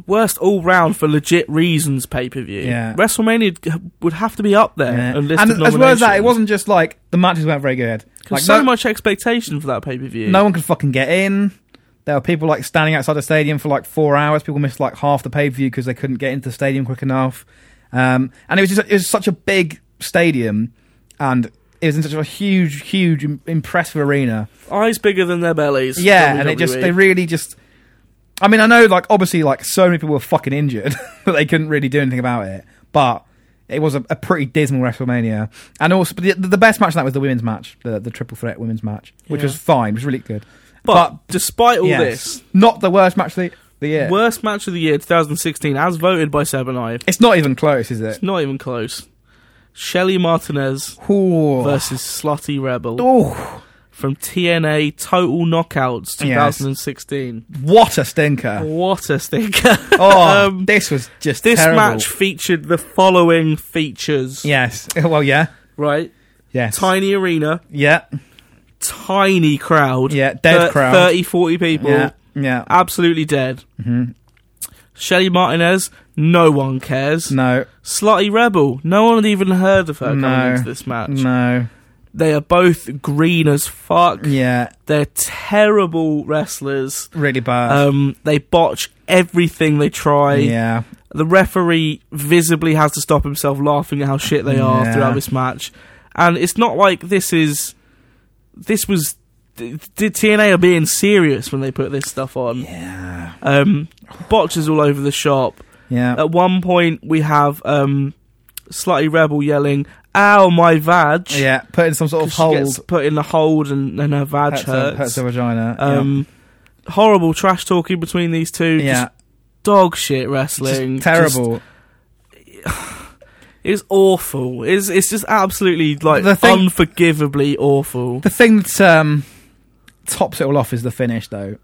worst all round for legit reasons pay per view,
Yeah.
WrestleMania d- would have to be up there.
Yeah.
And,
And as well as that, it wasn't just like the matches weren't very good. Like
so
no,
much expectation for that pay per view.
no one could fucking get in. There were people like standing outside the stadium for like four hours. People missed like half the pay per view because they couldn't get into the stadium quick enough. Um, and it was just it was such a big stadium, and it was in such a huge, huge, im- impressive arena.
eyes bigger than their bellies.
Yeah, and it just
WWE.
they really just. I mean, I know like obviously like so many people were fucking injured that they couldn't really do anything about it, but it was a, a pretty dismal WrestleMania. And also, but the, the best match in that was the women's match, the the triple threat women's match, which
Yeah.
was fine, it was really good.
but, despite all
yes,
this,
not the worst match of the, the year.
worst match of the year 2016, as voted by Seb and I,
It's not even close, is it?
it's not even close. Shelly Martinez
Ooh.
versus Slotty Rebel.
Ooh,
from TNA Total Knockouts
Yes. Ah.
2016.
what a stinker!
What a stinker.
Oh,
Um,
this was just
this
terrible.
match featured the following features.
Yes. Well, yeah.
Right?
Yes.
Tiny arena,
Yeah.
tiny crowd.
Yeah. Dead
thir-
crowd.
30, 40 people.
Yeah. Yeah.
Absolutely dead.
hmm
Shelly Martinez, no one cares.
No.
Slutty Rebel, no one had even heard of her
No.
coming into this match.
No.
They are both green as fuck.
Yeah.
They're terrible wrestlers.
Really bad.
Um, they botch everything they try.
Ah. yeah.
The referee visibly has to stop himself laughing at how shit they are
Yeah.
throughout this match. And it's not like this is. This was. th- Did TNA are being serious when they put this stuff on?
Yeah.
Um, botches all over the shop.
Yeah.
At one point, we have um, Slutty Rebel yelling, "Ow, my vag!"
Yeah. Put in some sort
'Cause
of
she
hold.
gets put in the hold, and, and her vag
hurts her,
hurts.
hurts her vagina.
um, Horrible trash talking between these two.
yeah. yeah.
Just dog shit
Just
wrestling. Just
terrible.
It's awful. It's it's just absolutely like
The thing-
unforgivably awful.
the thing that um, tops it all off is the finish, though.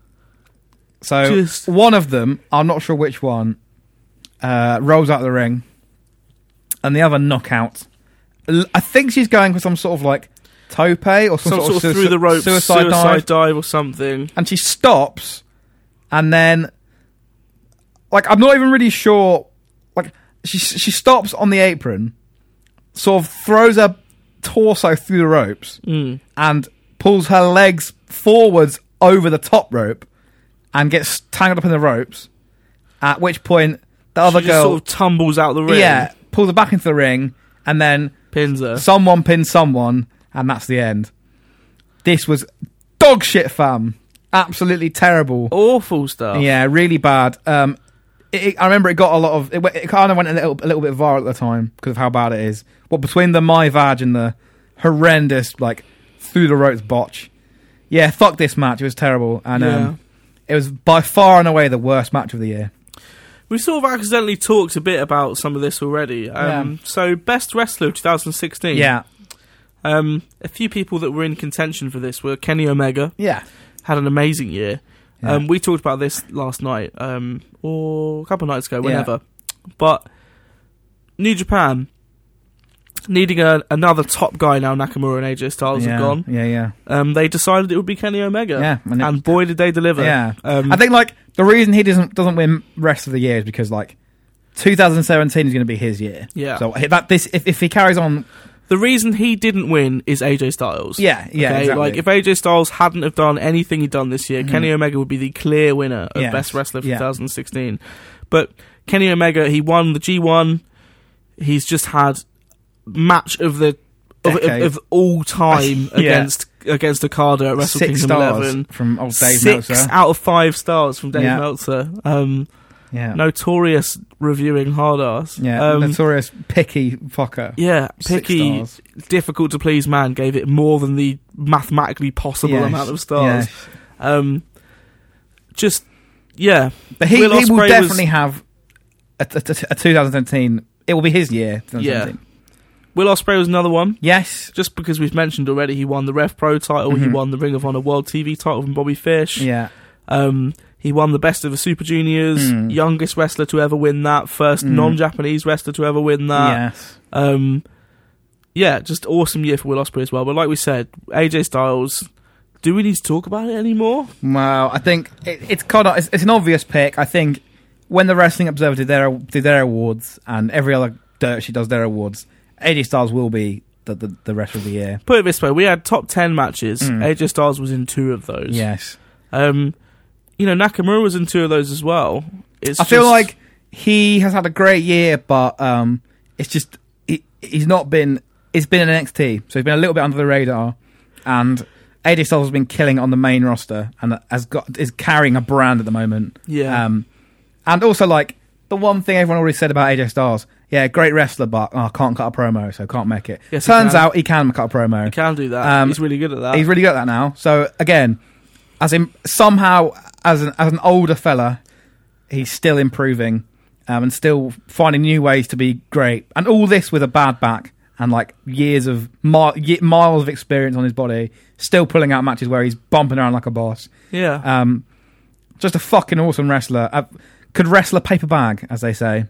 So
Just-
one of them, I'm not sure which one, uh, rolls out of the ring, and the other knockout. L- I think she's going for some sort of like tope or some,
Some sort of
sui-
through the ropes
suicide, dive,
or something.
and she stops, and then like I'm not even really sure. Like she she stops on the apron, sort of throws her torso through the ropes,
Mm.
and pulls her legs forwards over the top rope and gets tangled up in the ropes. At which point, the other
she just
girl,
sort of tumbles out the ring.
yeah, pulls her back into the ring, and then
pins her.
someone pins someone, and that's the end. This was dog shit, fam. Absolutely terrible.
Awful stuff.
Yeah, really bad. Um, it, it- I remember it got a lot of. It, went- it kind of went a little, a little bit viral at the time because of how bad it is. Well, between the my vag and the horrendous like through the ropes botch. Yeah, fuck this match. It was terrible, and
Yeah.
um, it was by far and away the worst match of the year.
We sort of accidentally talked a bit about some of this already. Um, So, best wrestler of 2016.
Yeah,
Um, a few people that were in contention for this were Kenny Omega,
yeah,
had an amazing year.
Yeah.
Um, we talked about this last night, um, or a couple of nights ago,
Yeah.
whenever. But New Japan needing a, another top guy now. Nakamura and AJ Styles
yeah,
have gone.
Yeah, yeah,
Um, they decided it would be Kenny Omega.
yeah. and it-
And boy, did they deliver!
yeah.
Um,
I think like the reason he doesn't doesn't win rest of the year is because like 2017 is going to be his year.
yeah.
So that this if, if he carries on,
the reason he didn't win is AJ Styles.
yeah, yeah,
Okay,
exactly.
Like if AJ Styles hadn't have done anything he'd done this year,
Mhm.
Kenny Omega would be the clear winner of
Yes,
Best Wrestler of
yeah.
2016. But Kenny Omega, he won the G1. He's just had match of the of, of,
Decade.
of all time
Yeah.
against against Okada at Wrestle
six
Kingdom
stars
11.
from old Dave
Six
Meltzer.
out of five stars from Dave
Yeah.
Meltzer. Um,
Yeah,
Notorious reviewing hard ass.
yeah,
Um,
notorious picky fucker.
yeah,
Six
picky,
stars.
difficult to please man gave it more than the mathematically possible
Yes,
amount of stars.
yes.
Um, just yeah,
But he, he
Will
will
Ospreay was-
definitely have a, a, a, a 2017. It will be his year. 2017.
Will Ospreay was another one.
Yes.
Just because we've mentioned already, he won the Rev Pro title, he
Mhm.
won the Ring of Honor World TV title from Bobby Fish.
Yeah.
Um, he won the Best of the Super Juniors,
Mm.
youngest wrestler to ever win that, first
Mm.
non-Japanese wrestler to ever win that.
yes.
Um, yeah, just awesome year for Will Ospreay as well. But like we said, AJ Styles. Do we need to talk about it anymore?
Well, I think it, it's kind of it's, it's an obvious pick. I think when the Wrestling Observer did their did their awards and every other dirt she does their awards, AJ Styles will be the the, the rest of the year.
Put it this way: we had top ten matches.
Mm.
AJ Styles was in two of those.
Yes.
Um, you know, Nakamura was in two of those as well. It's
I feel
just-
like he has had a great year, but um, it's just he, he's not been. It's been an NXT, so he's been a little bit under the radar, and AJ Styles has been killing it on the main roster and has got is carrying a brand at the moment.
yeah,
Um, and also like the one thing everyone already said about AJ Styles, yeah, great wrestler, but oh, can't cut a promo, so can't make it.
Yes, he
Turns
can.
out he can cut a promo.
he can do that.
um,
He's really good at that.
He's really good at that now. So again, as in somehow as an as an older fella, he's still improving um, and still finding new ways to be great. And all this with a bad back and like years of mi- ye- miles of experience on his body, still pulling out matches where he's bumping around like a boss.
yeah,
Um, just a fucking awesome wrestler. Uh, could wrestle a paper bag, as they say.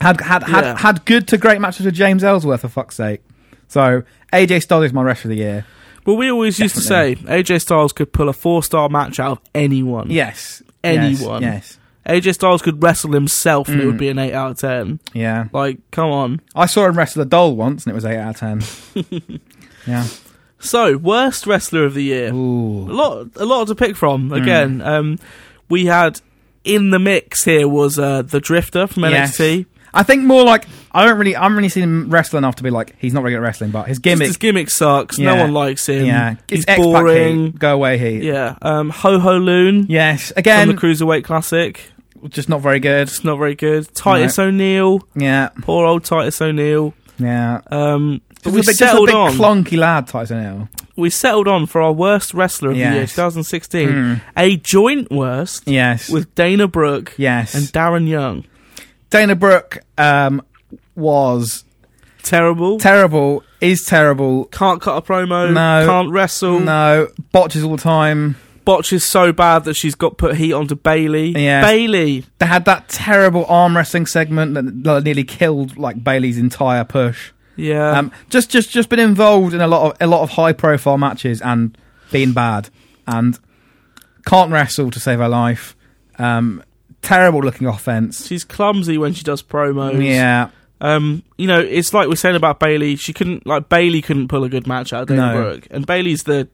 Had had had,
Yeah.
had good to great matches with James Ellsworth for fuck's sake. So AJ Styles is my rest of the year.
but we always used to say AJ Styles could pull a four-star match out of anyone.
Yes.
Anyone.
Yes.
AJ Styles could wrestle himself, and it would
Mm.
be an eight out of ten.
yes. Yeah.
Like, come on.
I saw him wrestle a doll once and it was 8 out of 10. yeah.
So, worst wrestler of the year. a
Ooh.
lot a lot to pick from
Mm.
again um we had in the mix here was uh the drifter from
Yes.
nxt
I think more like, I don't really, I haven't really seen him wrestle enough to be like, he's not really good at wrestling, but his
Just
gimmick.
his gimmick sucks no
Yeah.
one likes him
yeah.
he's
It's X-Pac heat.
boring
Go away, he.
yeah um ho ho loon
Yes.
from
Again,
the cruiserweight classic
just not very good.
it's not very good titus o'neil
Yeah.
poor old titus o'neil
Yeah.
um but
Just
we
a bit, just a
settled
big
on
clonky lad, Tyson Hill.
we settled on for our worst wrestler of the year
Yes.
2016
Mm.
a joint worst
Yes.
with dana brooke
yes.
and darren young
Dana Brooke um, was
terrible
terrible, is terrible.
can't cut a promo
No.
can't wrestle
No, botches all the time.
Botch is so bad that she's got put heat onto Bailey.
Yeah.
Bailey.
They had that terrible arm wrestling segment that that nearly killed like Bailey's entire push.
Yeah.
Um, just, just, just been involved in a lot of a lot of high profile matches and being bad and can't wrestle to save her life. Um, terrible looking offense.
she's clumsy when she does promos.
Yeah,
Um, you know, it's like we're saying about Bailey. She couldn't like Bailey couldn't pull a good match out of Dana
No.
Brooke, and Bailey's the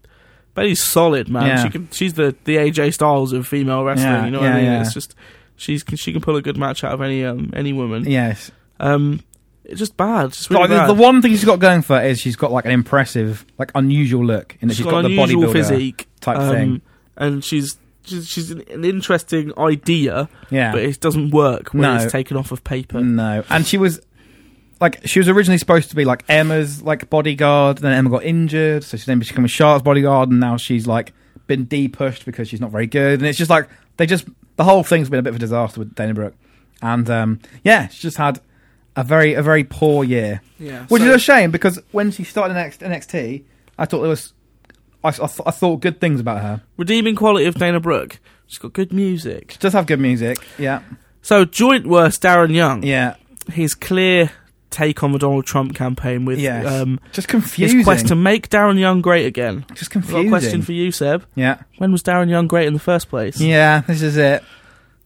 Bailey's solid man.
Yeah.
She can, she's the the AJ Styles of female wrestling.
Yeah,
you know what I
yeah,
mean?
yeah.
It's just she's she can pull a good match out of any um any woman.
yes.
Um, it's just bad. Just really
like,
bad.
the, the one thing she's got going for her is she's got like an impressive, like unusual look, in that she's got,
an
the
unusual
bodybuilder
physique
type
um,
thing.
and she's. She's she's an- an interesting idea,
Yeah,
but it doesn't work when
No. Mm.
it's taken off of paper.
No, and she was like she was originally supposed to be like Emma's like bodyguard. Then Emma got injured, so she then became Charlotte's bodyguard, and now she's like been de pushed because she's not very good. And it's just like they just the whole thing's been a bit of a disaster with Dana Brooke, and um, yeah, she's just had a very a very poor year,
Yeah,
which
so-
is a shame because when she started next NXT, I thought there was I, I, th- I thought good things about her.
redeeming quality of Dana Brooke. She's got good music.
She does have good music, yeah,
So joint worst Darren Young.
yeah,
his clear take on the Donald Trump campaign with
Yes.
um,
just
his
confusing.
quest to make Darren Young great again.
just
I've got a
confusing.
question for you, Seb.
yeah,
When was Darren Young great in the first place?
yeah, this is it.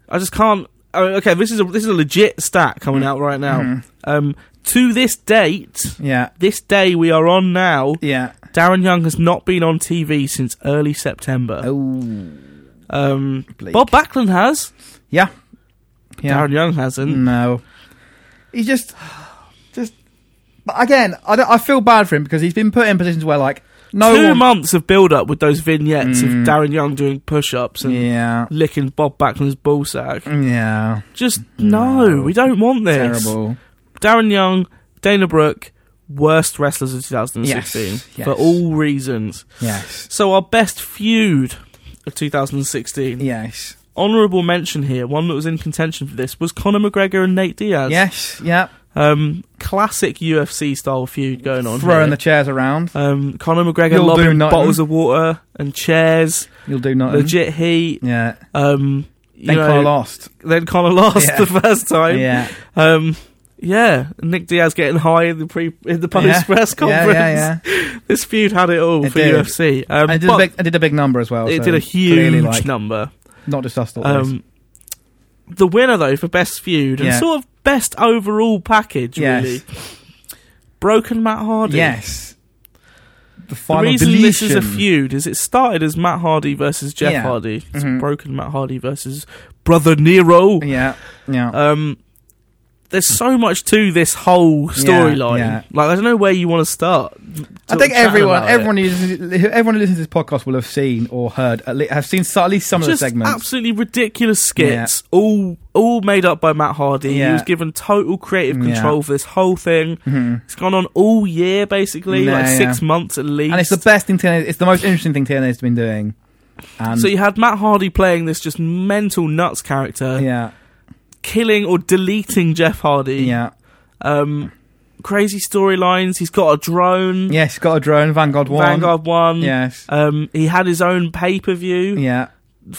I just can't. I mean, okay, this is a this is a legit stat coming out right now.
Mhm.
Um, to this date,
Yeah,
this day we are on now,
yeah.
Darren Young has not been on TV since early September.
Oh,
Um,
bleak.
Bob Backlund has.
Yeah, yeah. Mm.
Darren Young hasn't.
No, he's just, just. But again, I don't, I feel bad for him because he's been put in positions where like no
Two
one.
months of build up with those vignettes
Mm.
of Darren Young doing push ups and
yeah,
licking Bob Backlund's ballsack.
yeah.
Just no,
No.
we don't want this.
Terrible.
Darren Young, Dana Brooke, worst wrestlers of 2016
Yes, yes.
for all reasons.
Yes,
So our best feud of 2016.
yes,
Honorable mention here, one that was in contention for this was Conor McGregor and Nate Diaz.
yes. Yeah,
Um, classic UFC style feud going on.
throwing the
here.
chairs around.
um, Conor McGregor
You'll do
lobbing
nothing.
bottles of water and chairs,
You'll do nothing.
legit heat.
Yeah.
Um, you
Then
know,
Connor lost.
Then Conor lost
Yeah.
the first time.
Yeah.
Um, yeah, Nick Diaz getting high in the pre in the post
Yeah.
press
yeah,
conference.
yeah, yeah.
This feud had it all
It
for
did.
UFC.
And
Um,
it did, a
but
big, it did a big number as well.
it
so
did a
clearly,
huge
like,
number.
Not just us. thought this.
Um, the winner though for best feud and
Yeah.
sort of best overall package
Yes.
really. Broken Matt Hardy.
yes. The
The
final
reason this is a
deletion.
feud is it started as Matt Hardy versus Jeff
Yeah.
Hardy. It's
Mhm.
broken Matt Hardy versus brother Nero.
Yeah, yeah.
Um, there's so much to this whole storyline.
yeah.
Like I don't know where you want to start.
I
Sort
think
of chatting
everyone,
about it.
everyone, who listens, who- everyone who listens to this podcast will have seen or heard, at least, have seen so- at least some of the
just
segments.
absolutely ridiculous skits, all all made up by Matt Hardy.
Yeah.
He was given total creative
Yeah.
control for this whole thing.
Mhm.
It's gone on all year basically,
Yeah,
like
yeah.
six months at least.
And it's the best thing TNA. It's the most interesting thing TNA's been doing. And
so you had Matt Hardy playing this just mental nuts character,
yeah,
killing or deleting Jeff Hardy.
yeah,
Um, crazy storylines. He's got a drone.
yes. Got a drone. Vanguard one.
Vanguard one.
Yes.
Um, he had his own pay per view,
Yeah.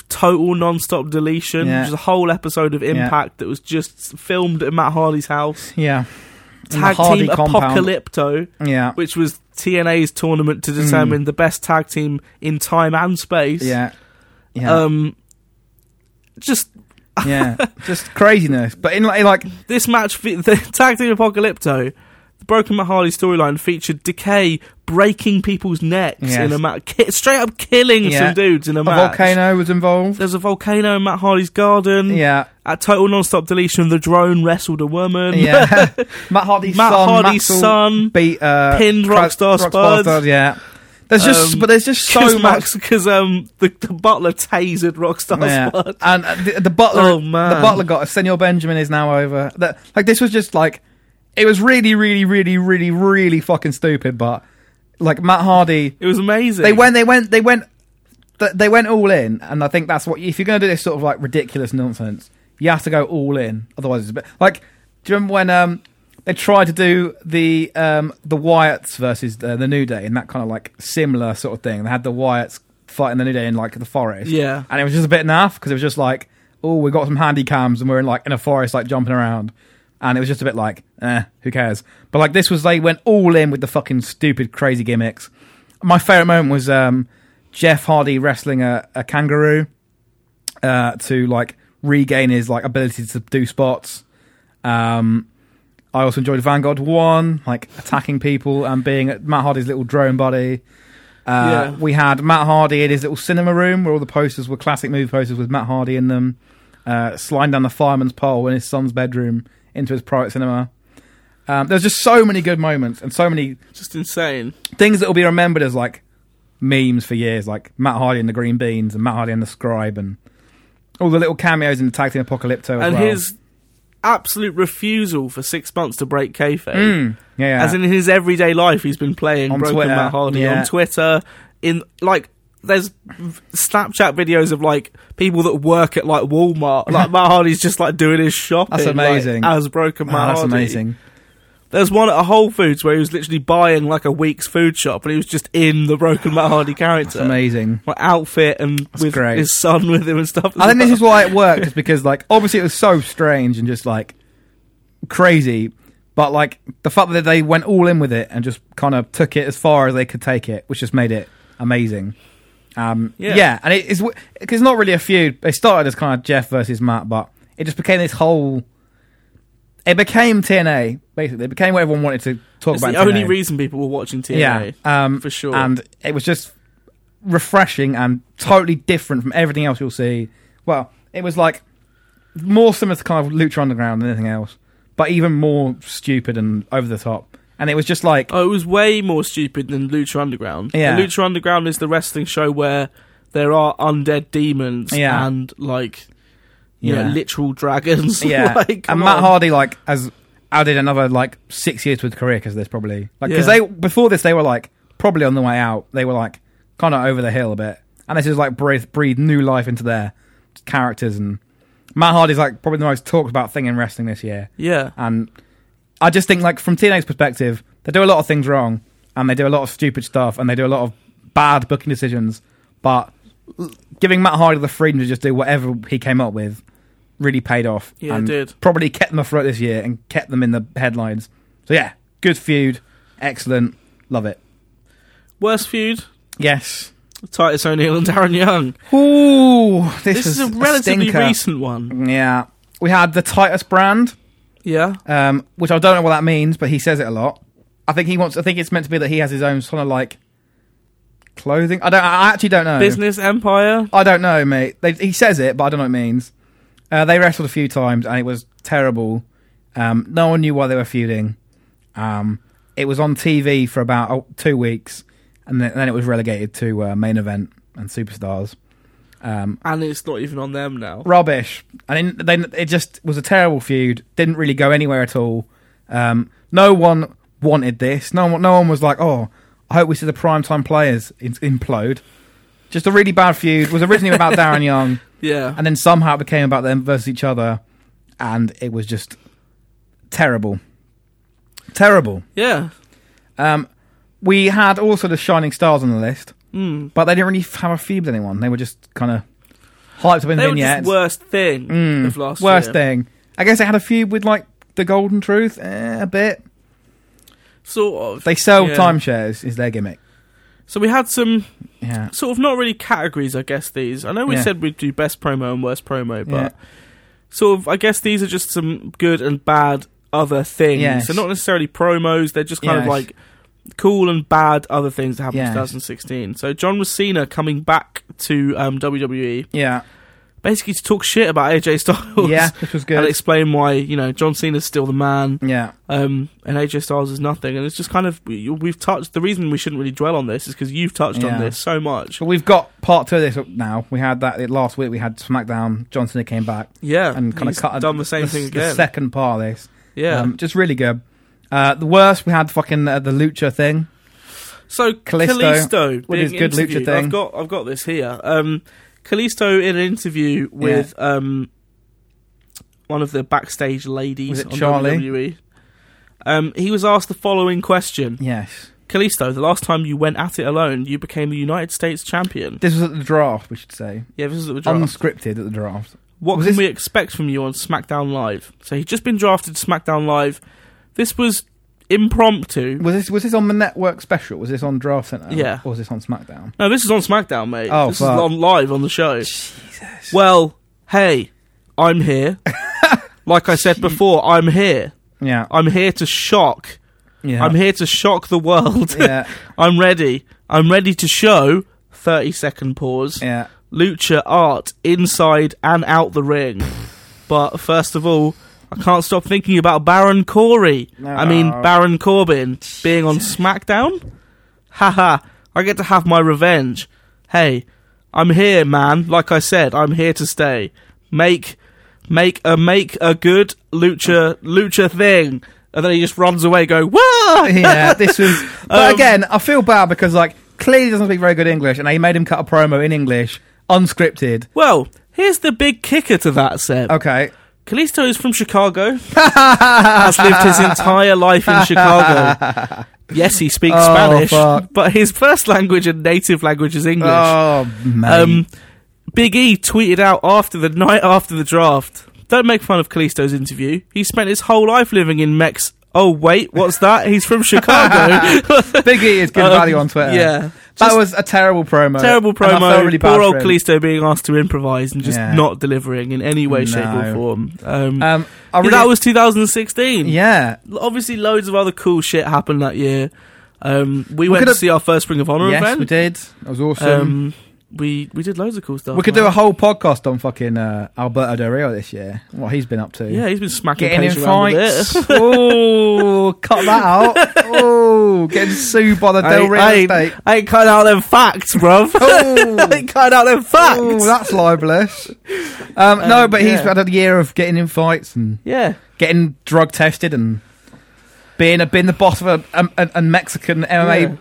total non stop deletion.
Yeah.
There's a whole episode of Impact that was just filmed at Matt Hardy's house.
Yeah. And the
Tag
Hardy
Team
compound. Mm.
Apocalypto,
Yeah.
which was TNA's tournament to determine the best tag team in time and space.
Yeah. Yeah.
Um, just
yeah. Just craziness. But in like, like
this match, fe- the Tag Team Apocalypto, the Broken Matt Hardy storyline featured Decay breaking people's necks
Yes.
in a match, ki- straight up killing
Yeah.
some dudes in a,
a
match.
volcano was involved.
There's a volcano in Matt Hardy's garden.
Yeah.
At total non-stop deletion, the drone wrestled a woman.
Yeah. Matt Hardy's
Matt
son.
Hardy's
Maxwell
son
beat uh,
pinned
Cra-
Rockstar
Rockstar
Spud.
Yeah. There's just,
Um,
but there's just so
Cause
much
Max, because um, the, the butler tasered Rockstar
Yeah.
Spud.
And uh, the, the butler,
Oh, man.
the butler got Senor Benjamin is now over. That like this was just like it was really, really, really, really, really fucking stupid. But like Matt Hardy,
It was amazing.
they went, they went, they went, th- they went all in. And I think that's what if you're going to do this sort of like ridiculous nonsense, you have to go all in. Otherwise, it's a bit like. Do you remember when um they tried to do the um the Wyatts versus the, the New Day and that kind of like similar sort of thing? They had the Wyatts fighting the New Day in like the forest.
Yeah.
And it was just a bit naff because it was just like, oh, we got some handy cams and we're in like in a forest, like jumping around. And it was just a bit like, eh, who cares? But like this was they went all in with the fucking stupid crazy gimmicks. My favorite moment was um, Jeff Hardy wrestling a, a kangaroo uh, to like regain his like ability to do spots. Um, I also enjoyed Vanguard One, like attacking people and being Matt Hardy's little drone buddy. Uh,
Yeah.
We had Matt Hardy in his little cinema room where all the posters were classic movie posters with Matt Hardy in them. Uh, sliding down the fireman's pole in his son's bedroom into his private cinema. Um, there's just so many good moments and so many
Just insane.
things that will be remembered as like memes for years, like Matt Hardy and the Green Beans and Matt Hardy and the Scribe and all the little cameos in the Tag Team Apocalypto. As
and
well.
his absolute refusal for six months to break kayfabe.
Mm, yeah, yeah.
As in his everyday life, he's been playing
On
Broken
Twitter,
Matt Hardy
yeah.
on Twitter. In like, there's Snapchat videos of like people that work at like Walmart. Like Matt Hardy's just like doing his shopping.
That's
like,
amazing.
as Broken
Oh,
Matt
that's
Hardy.
amazing.
There's one at a Whole Foods where he was literally buying like a week's food shop, and he was just in the Broken Matt Hardy
That's
character.
amazing.
Like outfit and with
great.
his son with him and stuff.
I think this is why it worked, is because like obviously it was so strange and just like crazy, but like the fact that they went all in with it and just kind of took it as far as they could take it, which just made it amazing. Um, yeah.
Yeah.
and it is because it's not really a feud. It started as kind of Jeff versus Matt, but it just became this whole. It became TNA basically. It became what everyone wanted to talk
It's
about.
the
in
only
TNA.
reason people were watching TNA.
Yeah, um,
for sure.
And it was just refreshing and totally different from everything else you'll see. Well, it was like more similar to kind of Lucha Underground than anything else, but even more stupid and over the top. And it was just like,
Oh, it was way more stupid than Lucha Underground.
Yeah.
And Lucha Underground is the wrestling show where there are undead demons
Yeah.
and like you
Yeah.
know, literal dragons.
yeah.
like, come
and Matt
on.
Hardy like has added another like six years to his career because of this probably like because they
Yeah.
before this they were like probably on the way out. They were like kind of over the hill a bit, and this is like breathe breathe new life into their characters. And Matt Hardy's like probably the most talked about thing in wrestling this year.
Yeah.
And I just think, like, from TNA's perspective, they do a lot of things wrong and they do a lot of stupid stuff and they do a lot of bad booking decisions. But giving Matt Hardy the freedom to just do whatever he came up with really paid off.
Yeah, it
and
did.
Probably kept them afloat this year and kept them in the headlines. So, yeah, good feud. Excellent. Love it.
Worst feud:
Yes.
Titus O'Neil and Darren Young.
Ooh, this,
This,
was
is a relatively
stinker.
recent one.
Yeah. We had the Titus brand.
Yeah.
um, which I don't know what that means, but he says it a lot. I think he wants. I think it's meant to be that he has his own sort of like clothing. I don't. I actually don't know.
Business Empire.
I don't know, mate. They, he says it, but I don't know what it means. Uh, they wrestled a few times, and it was terrible. Um, no one knew why they were feuding. Um, it was on TV for about oh, two weeks, and then, then it was relegated to uh, main event and superstars. Um,
And it's not even on them now.
rubbish. And in, then it just was a terrible feud. Didn't really go anywhere at all. Um, no one wanted this. No one, no one was like, "Oh, I hope we see the primetime players in- implode." Just a really bad feud. Was originally about Darren Young,
Yeah.
and then somehow it became about them versus each other, and it was just terrible, terrible.
Yeah.
Um, we had all sort of shining stars on the list,
Mm.
but they didn't really have a feud with anyone. They were just kind of hyped up in
They were
vignettes.
just worst thing
Mm,
of last
worst
year.
thing. I guess it had a feud with like the Golden Truth eh, a bit.
Sort of.
They sell
Yeah.
timeshares is their gimmick.
so we had some
Yeah,
sort of not really categories, I guess. These I know we
Yeah.
said we'd do best promo and worst promo,
Yeah.
but sort of I guess these are just some good and bad other things.
Yes.
So not necessarily promos; they're just kind
Yes.
of like cool and bad other things that happened
Yes.
in 2016. So John Cena coming back to um, WWE
yeah,
basically to talk shit about AJ Styles.
yeah. This was
And
good.
explain why you know John Cena's still the man,
yeah,
um, and AJ Styles is nothing. And it's just kind of we, we've touched. The reason we shouldn't really dwell on this is because you've touched
Yeah.
on this so much.
but we've got part two of this up now. We had that last week. We had SmackDown. Johnson came back
Yeah,
and kind
he's
of cut a-
done the same
the,
thing
the
again.
second part of this.
yeah.
Um, just really good. Uh, the worst we had fucking uh, the lucha thing.
so
Kalisto
Kalisto,
with
being
his good lucha
interviewed-
thing.
I've got I've got this here. Um, Kalisto in an interview with um, one of the backstage ladies
Was it
on E.
Charlie?
WWE. Um, he was asked the following question:
Yes,
Kalisto, the last time you went at it alone, you became the United States champion.
This was at the draft, we should say.
Yeah, this is at the draft.
Unscripted at the draft.
What
Um, was
can
this-
we expect from you on SmackDown Live? So he's just been drafted to SmackDown Live. This was impromptu.
Was this was this on the network special? Was this on Draft Center?
Yeah.
Or was this on SmackDown?
No, this is on SmackDown, mate.
Oh,
this
fuck.
is on live on the show. Well, hey, I'm here. like I said before, I'm here.
Yeah.
I'm here to shock.
Yeah.
I'm here to shock the world.
yeah.
I'm ready. I'm ready to show. 30 second pause.
Yeah.
Lucha art inside and out the ring. but first of all, I can't stop thinking about Baron Corey.
Ah.
I mean,
No. uh,
Baron Corbin being on SmackDown. Haha, I get to have my revenge. Hey, I'm here, man. Like I said, I'm here to stay. Make, make a make a good lucha lucha thing, and then he just runs away, going whoa.
yeah, this was. But
Um,
again, I feel bad because like clearly he doesn't speak very good English, and they made him cut a promo in English, unscripted.
Well, here's the big kicker to that, Seb.
Okay.
Kalisto is from Chicago. has lived his entire life in Chicago. Yes, he speaks
Oh,
Spanish,
fuck.
but his first language and native language is English.
Oh man.
um, Big E tweeted out after the night after the draft. Don't make fun of Kalisto's interview. He spent his whole life living in Mex. Oh wait, what's that? He's from Chicago.
Big E is good
Um,
value on Twitter.
Yeah,
That
Just
was a terrible promo.
terrible
and I
promo.
felt really bad
Poor old
for him.
Kalisto being asked to improvise and just
Yeah.
not delivering in any way, shape,
No.
or form. Um,
Um, I
yeah,
really,
that was 2016.
yeah.
obviously loads of other cool shit happened that year. Um, we, went
could
to
have-
see our first Spring of Honor
Yes,
event.
we did. That was awesome.
Um, we we did loads of cool stuff.
we could
man.
do a whole podcast on fucking uh, Alberto Del Rio this year. What he's been up to?
yeah. He's been smacking
Getting in
Paige around with
fights. oh, cut that out. Oh, getting sued by the
it. I,
Del
ain't-
Rio
I, ain't-
estate.
I ain't cutting out them facts, bruv.
Oh.
I ain't cutting out them facts.
Ooh, that's libelous. Um, no,
Um,
but he's
yeah.
had a year of getting in fights and
yeah,
getting drug tested and being a, being the boss of a, a, a- a Mexican
Yeah.
MMA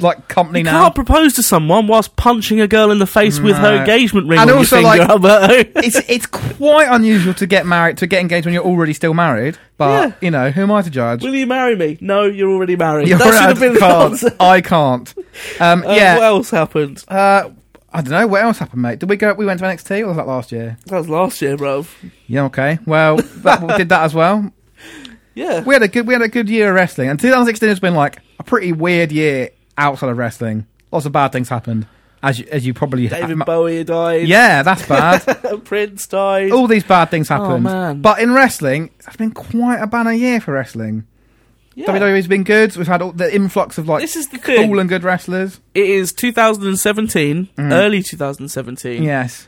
like company
you
now.
can't propose to someone whilst punching a girl in the face with her
No.
engagement ring
And
on
also,
your finger, Alberto.
it's it's quite unusual to get married to get engaged when you're already still married. But
Yeah.
you know, who am I to judge?
Will you marry me? No, you're already married.
You're
that should have
right,
been the answer.
can't. I can't. Um,
Uh, What
yeah.
else happened?
Uh, I don't know what else happened, mate. Did we go? We went to NXT, or was that last year?
That was last year, bruv.
Yeah. Okay. Well, that, we did that as well.
Yeah.
We had a good we had a good year of wrestling, and 2016 has been like a pretty weird year outside of wrestling. Lots of bad things happened, as you, as you probably
David Bowie died.
yeah, that's bad.
Prince died.
All these bad things happened.
Oh, man.
But in wrestling, it's been quite a banner year for wrestling.
Yeah.
WWE's been good. We've had all the influx of like
This is the thing.
cool and good wrestlers.
It is 2017,
Mm.
early 2017.
Yes.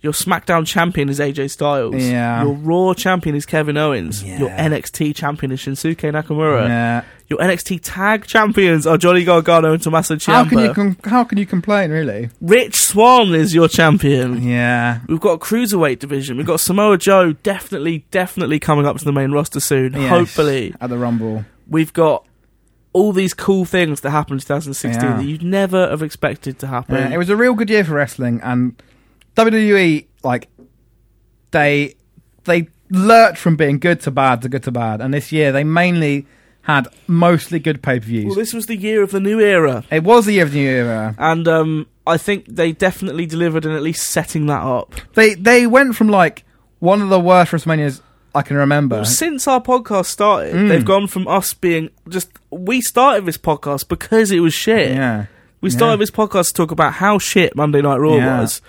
Your SmackDown champion is AJ Styles.
Yeah.
Your Raw champion is Kevin Owens.
Yeah.
Your NXT champion is Shinsuke Nakamura.
Yeah.
Your NXT tag champions are Johnny Gargano and Tommaso Ciampa.
How can you com- how can you complain really?
Rich Swan is your champion.
Yeah.
We've got a cruiserweight division. We've got Samoa Joe definitely, definitely coming up to the main roster soon.
Yes.
Hopefully.
at the Rumble.
we've got all these cool things that happened in 2016
Yeah.
that you'd never have expected to happen.
Yeah, it was a real good year for wrestling, and WWE like they they lurched from being good to bad to good to bad, and this year they mainly had mostly good pay per views.
well, this was the year of the new era,
it was the year of the new era.
and um, I think they definitely delivered in at least setting that up.
They they went from like one of the worst WrestleManias I can remember.
Well, since our podcast started,
Mm.
they've gone from us being just we started this podcast because it was shit.
yeah,
We
Yeah.
started this podcast to talk about how shit Monday Night Raw
Yeah.
was.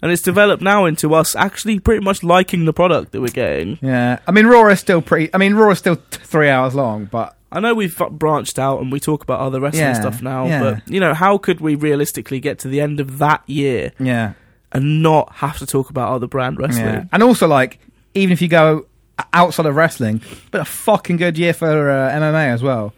And it's developed now into us actually pretty much liking the product that we're getting.
yeah. I mean, Raw is still pretty. I mean, Raw is still t- three hours long, but
I know we've fu- branched out and we talk about other wrestling
Yeah,
stuff now,
yeah.
but you know, how could we realistically get to the end of that year
yeah,
and not have to talk about other brand wrestling?
yeah. And also, like, even if you go outside of wrestling, it's been a fucking good year for uh, MMA as well.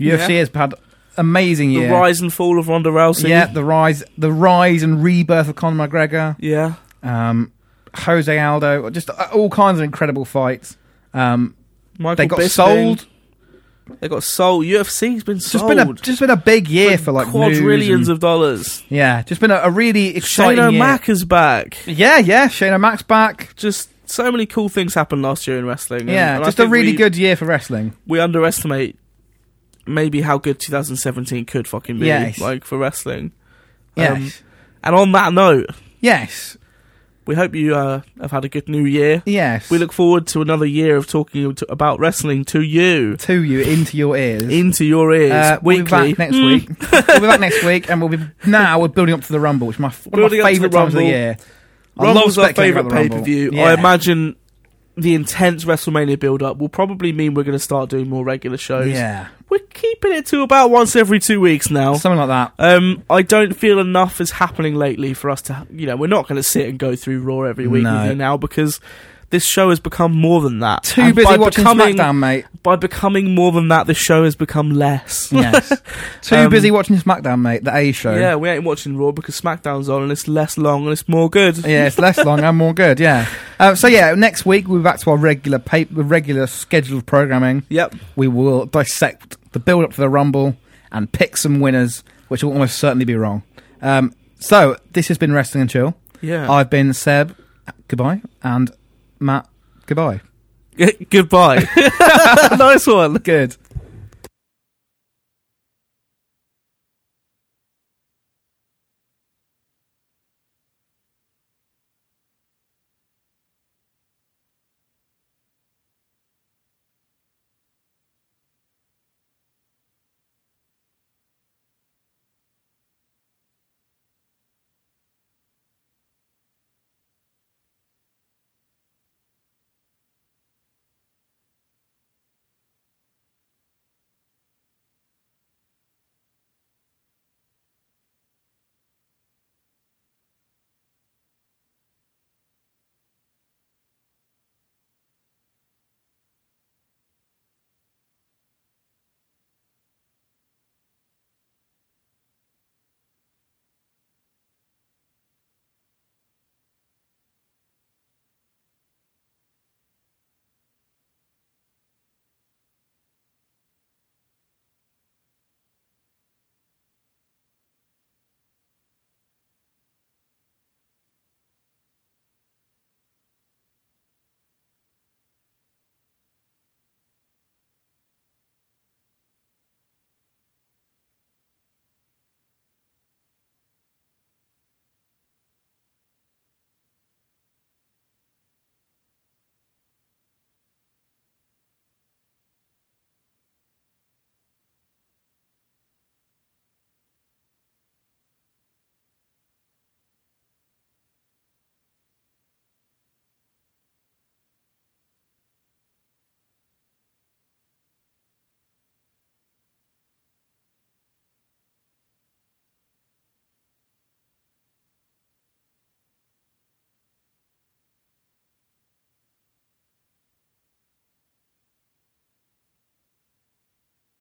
UFC
Yeah.
has had amazing
The
year.
rise and fall of Ronda Rousey.
yeah, the rise, the rise and rebirth of Conor McGregor,
Yeah.
um, Jose Aldo, just uh, all kinds of incredible fights. Um,
Michael
they got
Bisping.
sold.
They got sold. UFC's been
It's just
sold.
been a just been a big year for like
quadrillions
news and-
of dollars.
yeah, just been a, a really exciting
Shane
year.
O'Mac is back.
Yeah, yeah, Shane O'Mac's back.
Just so many cool things happened last year in wrestling. and-
Yeah,
and I
just a
think
really
we-
good year for wrestling.
We underestimate maybe how good 2017 could fucking be,
Yes.
like for wrestling.
Yes.
Um, And on that note,
yes.
we hope you uh, have had a good new year.
Yes.
We look forward to another year of talking to, about wrestling to you,
to you into your ears.
into your ears,
Uh, we'll be
weekly.
back next
Mm.
week. we'll be back next week, and we'll be now we're building up to the Rumble, which is my one of
Building
my
up to the
favourite times of the
Rumble.
year. I love
Hmm. Rumble's our
speculating
favourite
about the
pay
Rumble.
per view.
Yeah.
I imagine the intense WrestleMania build up will probably mean we're going to start doing more regular shows.
Yeah,
We're keeping it to about once every two weeks now.
something like that.
Um, I don't feel enough is happening lately for us to, ha- you know, we're not going to sit and go through Raw every week
No.
with you now because this show has become more than that.
Too
And
busy
by
watching
becoming,
SmackDown, mate.
By becoming more than that, this show has become less.
Yes. Too
Um,
busy watching SmackDown, mate. The A show.
Yeah, we ain't watching Raw because SmackDown's on and it's less long and it's more good.
Yeah, it's less long and more good. Yeah. Uh, so yeah, next week we'll be back to our regular pa- regular scheduled programming.
Yep.
We will dissect the build up to the Rumble and pick some winners, which will almost certainly be wrong. Um, so this has been Wrestling and Chill.
Yeah.
I've been Seb. Goodbye, and Matt. Goodbye.
Goodbye. nice one.
Good.